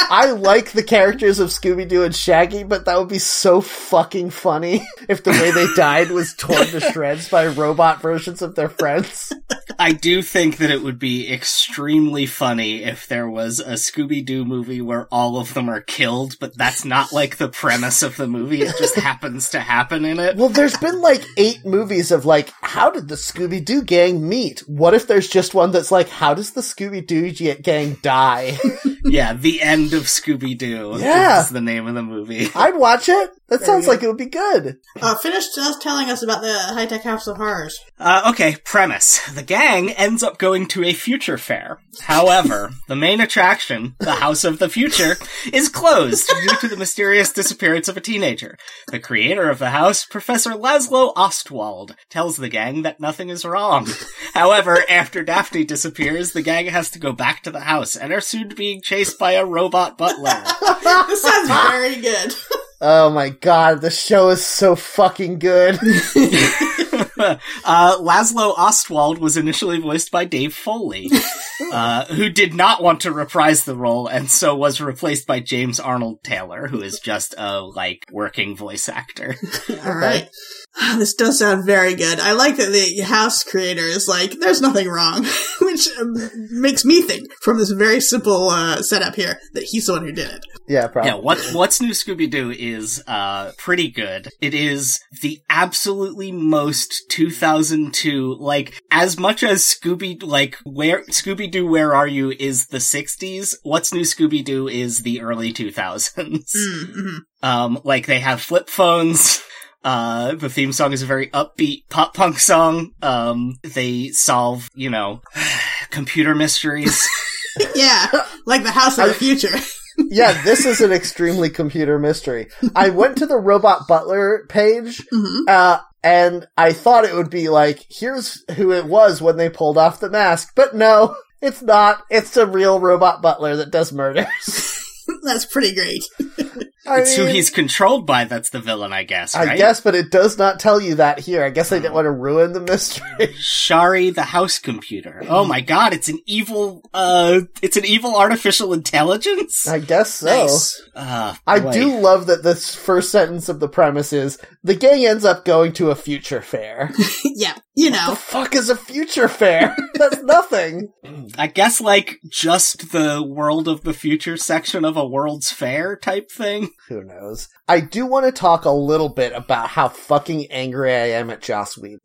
I like the characters of Scooby Doo and Shaggy, but that would be so fucking funny if the way they died was torn to shreds by robot versions of their friends. I do think that it would be extremely funny if there was a Scooby Doo movie where all of them are killed, but that's not like the premise of the movie. It just happens to happen in it. Well, there's been like eight movies of like, how did the Scooby Doo gang meet? What if there's just one that's like, how does the Scooby Doo gang die? Yeah, the end of Scooby Doo Yeah. is the name of the movie. I'd watch it. That There sounds you go. like it would be good. Uh, finish just telling us about the high tech house of horrors. Uh, okay, premise. The gang ends up going to a future fair. However, the main attraction, the House of the Future, is closed due to the mysterious disappearance of a teenager. The creator of the house, Professor Laszlo Ostwald, tells the gang that nothing is wrong. However, after Daphne disappears, the gang has to go back to the house and are soon being chased by a robot butler. This sounds very good. Oh my god, the show is so fucking good. uh, Laszlo Ostwald was initially voiced by Dave Foley, uh, who did not want to reprise the role and so was replaced by James Arnold Taylor, who is just a, like, working voice actor. All right. This does sound very good. I like that the house creator is like, there's nothing wrong, which um, makes me think from this very simple uh, setup here that he's the one who did it. yeah, probably. Yeah, what, What's New Scooby Doo is, uh, pretty good. It is the absolutely most 2002, like, as much as Scooby, like, where, Scooby Doo, Where Are You is the 60s, What's New Scooby Doo is the early 2000s. Mm-hmm. Um, like they have flip phones. Uh, the theme song is a very upbeat pop punk song. Um, they solve, you know, computer mysteries. Yeah, like the house of the future. Yeah, this is an extremely computer mystery. I went to the Robot Butler page hmm Uh, and I thought it would be like, here's who it was when they pulled off the mask. But no, it's not. It's a real robot butler that does murders. That's pretty great. I it's who mean, he's controlled by that's the villain, I guess, right? Oh. I guess, but it does not tell you that here. I guess they didn't want to ruin the mystery. Shari the house computer. Oh my god, it's an evil, uh, it's an evil artificial intelligence? I guess so. Nice. Ah, I boy. do love that this first sentence of the premise is the gang ends up going to a future fair. yeah, you the know. fuck is a future fair? That's nothing. I guess like just the world of the future section of a world's fair type thing. Who knows? I do want to talk a little bit about how fucking angry I am at Joss Whedon.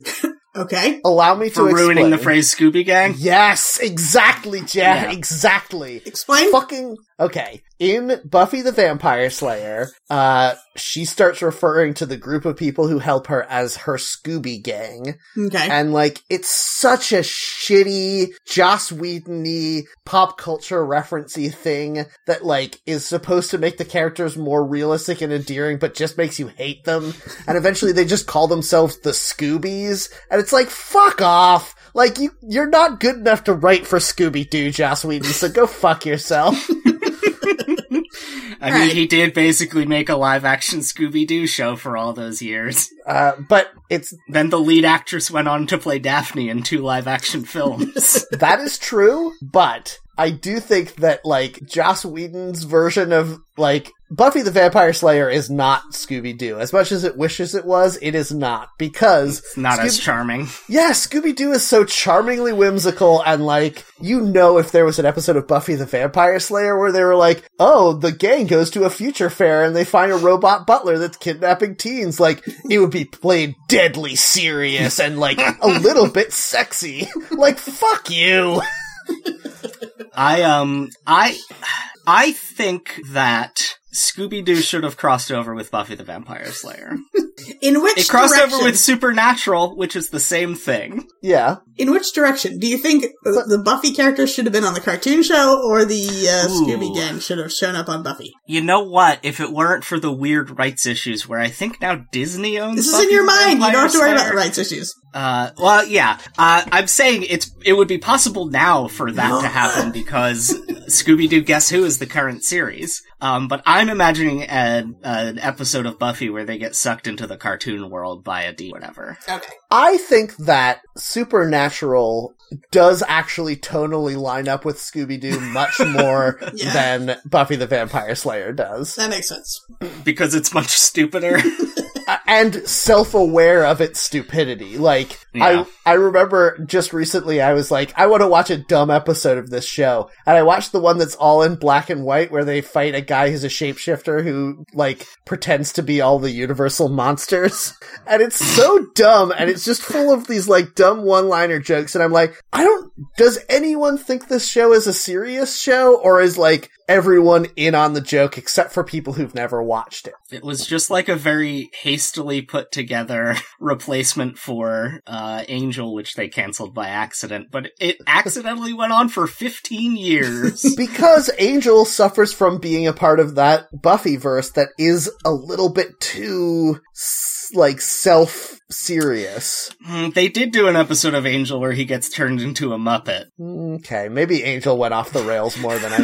Okay. Allow me For to ruining explain. the phrase Scooby Gang. Yes, exactly, Jack. Yeah. Exactly. Explain. Fucking okay. In Buffy the Vampire Slayer, uh, she starts referring to the group of people who help her as her Scooby Gang, Okay. and like it's such a shitty Joss Whedon-y pop culture referencey thing that like is supposed to make the characters more realistic and endearing, but just makes you hate them. And eventually, they just call themselves the Scoobies, and it's like fuck off. Like you, you're not good enough to write for Scooby Doo, Joss Whedon. So go fuck yourself. I All mean, right. he did basically make a live action Scooby Doo show for all those years. Uh, but it's Then the lead actress went on to play Daphne in two live action films. that is true, but I do think that like Joss Whedon's version of like Buffy the Vampire Slayer is not Scooby Doo. As much as it wishes it was, it is not because it's not as Scoob- charming. yeah, Scooby Doo is so charmingly whimsical and like you know if there was an episode of Buffy the Vampire Slayer where they were like, "Oh, the gang goes to a future fair and they find a robot butler that's kidnapping teens." Like it would be played deadly serious and like a little bit sexy. Like fuck you. I um I I think that Scooby Doo should have crossed over with Buffy the Vampire Slayer. In which It crossed direction, over with Supernatural, which is the same thing. Yeah. In which direction do you think uh, the Buffy character should have been on the cartoon show, or the uh, Ooh. Scooby Gang should have shown up on Buffy? You know what? If it weren't for the weird rights issues, where I think now Disney owns This is Buffy in your the mind. You Vampire don't have to worry about Slayer. the rights issues. Uh, well, yeah. Uh, I'm saying it's it would be possible now for that to happen because Scooby Doo Guess Who is the current series. Um, but I'm imagining an, an episode of Buffy where they get sucked into the cartoon world by a D whatever. Okay. I think that Supernatural does actually tonally line up with Scooby Doo much more Yeah. than Buffy the Vampire Slayer does. That makes sense. Because it's much stupider. A- and self-aware of its stupidity. Like Yeah. I I remember just recently I was like I want to watch a dumb episode of this show. And I watched the one that's all in black and white where they fight a guy who's a shapeshifter who like pretends to be all the universal monsters. And it's so dumb and it's just full of these like dumb one-liner jokes and I'm like I don't does anyone think this show is a serious show or is like everyone in on the joke except for people who've never watched it? it was just like a very hastily put together replacement for uh, Angel, which they canceled by accident. But it accidentally went on for 15 years. because Angel suffers from being a part of that Buffy verse that is a little bit too s- like self serious. Mm, They did do an episode of Angel where he gets turned into a Muppet. Okay, maybe Angel went off the rails more than I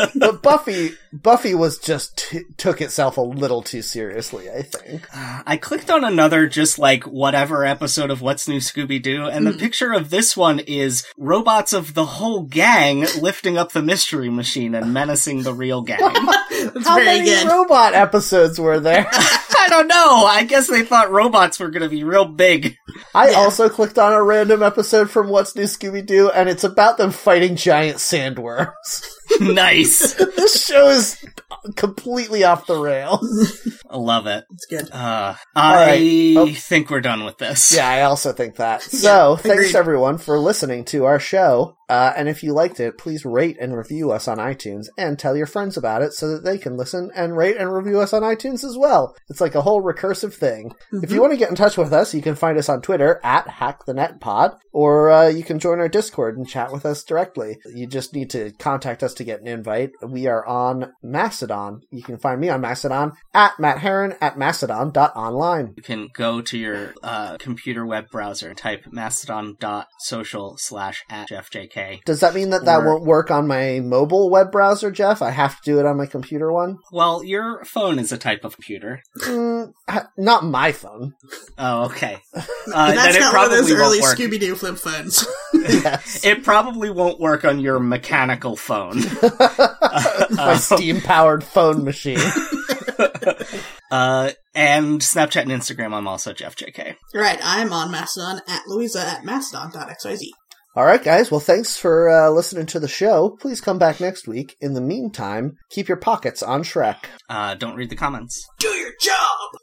know. but Buffy Buffy was just t- took itself a little too seriously, I think. Uh, I clicked on another just like whatever episode of What's New Scooby Doo, and Hmm. the picture of this one is robots of the whole gang lifting up the mystery machine and menacing the real gang. I That's How very many good. robot episodes were there? don't know. I guess they thought robots were going to be real big. I Yeah. also clicked on a random episode from What's New Scooby Doo and it's about them fighting giant sandworms. nice. this show is completely off the rails. I love it. That's good. Uh, I right. Oh. think we're done with this. Yeah, I also think that. So, thanks agreed. everyone for listening to our show. Uh, and if you liked it, please rate and review us on iTunes and tell your friends about it so that they can listen and rate and review us on iTunes as well. It's like a whole recursive thing. If you want to get in touch with us, you can find us on Twitter at HackTheNetPod, or uh, you can join our Discord and chat with us directly. You just need to contact us to get an invite. We are on Mastodon. You can find me on Mastodon at Matt Heron at Mastodon.online. You can go to your uh, computer web browser and type mastodon.social slash at jeffjk. Does that mean that that Or- won't work on my mobile web browser, Jeff? I have to do it on my computer one? Well, your phone is a type of computer. Mm, ha- not my phone. Oh, okay. Uh, That's then it not one of probably those early won't work. Scooby Doo flip phones. Yes. it probably won't work on your mechanical phone. my steam powered phone machine. Uh, and Snapchat and Instagram, I'm also jeffjk. right. I'm on Mastodon at Louisa at Mastodon.xyz. All right, guys. Well, thanks for uh, listening to the show. Please come back next week. In the meantime, keep your pockets on Shrek. Uh, don't read the comments. Do your job!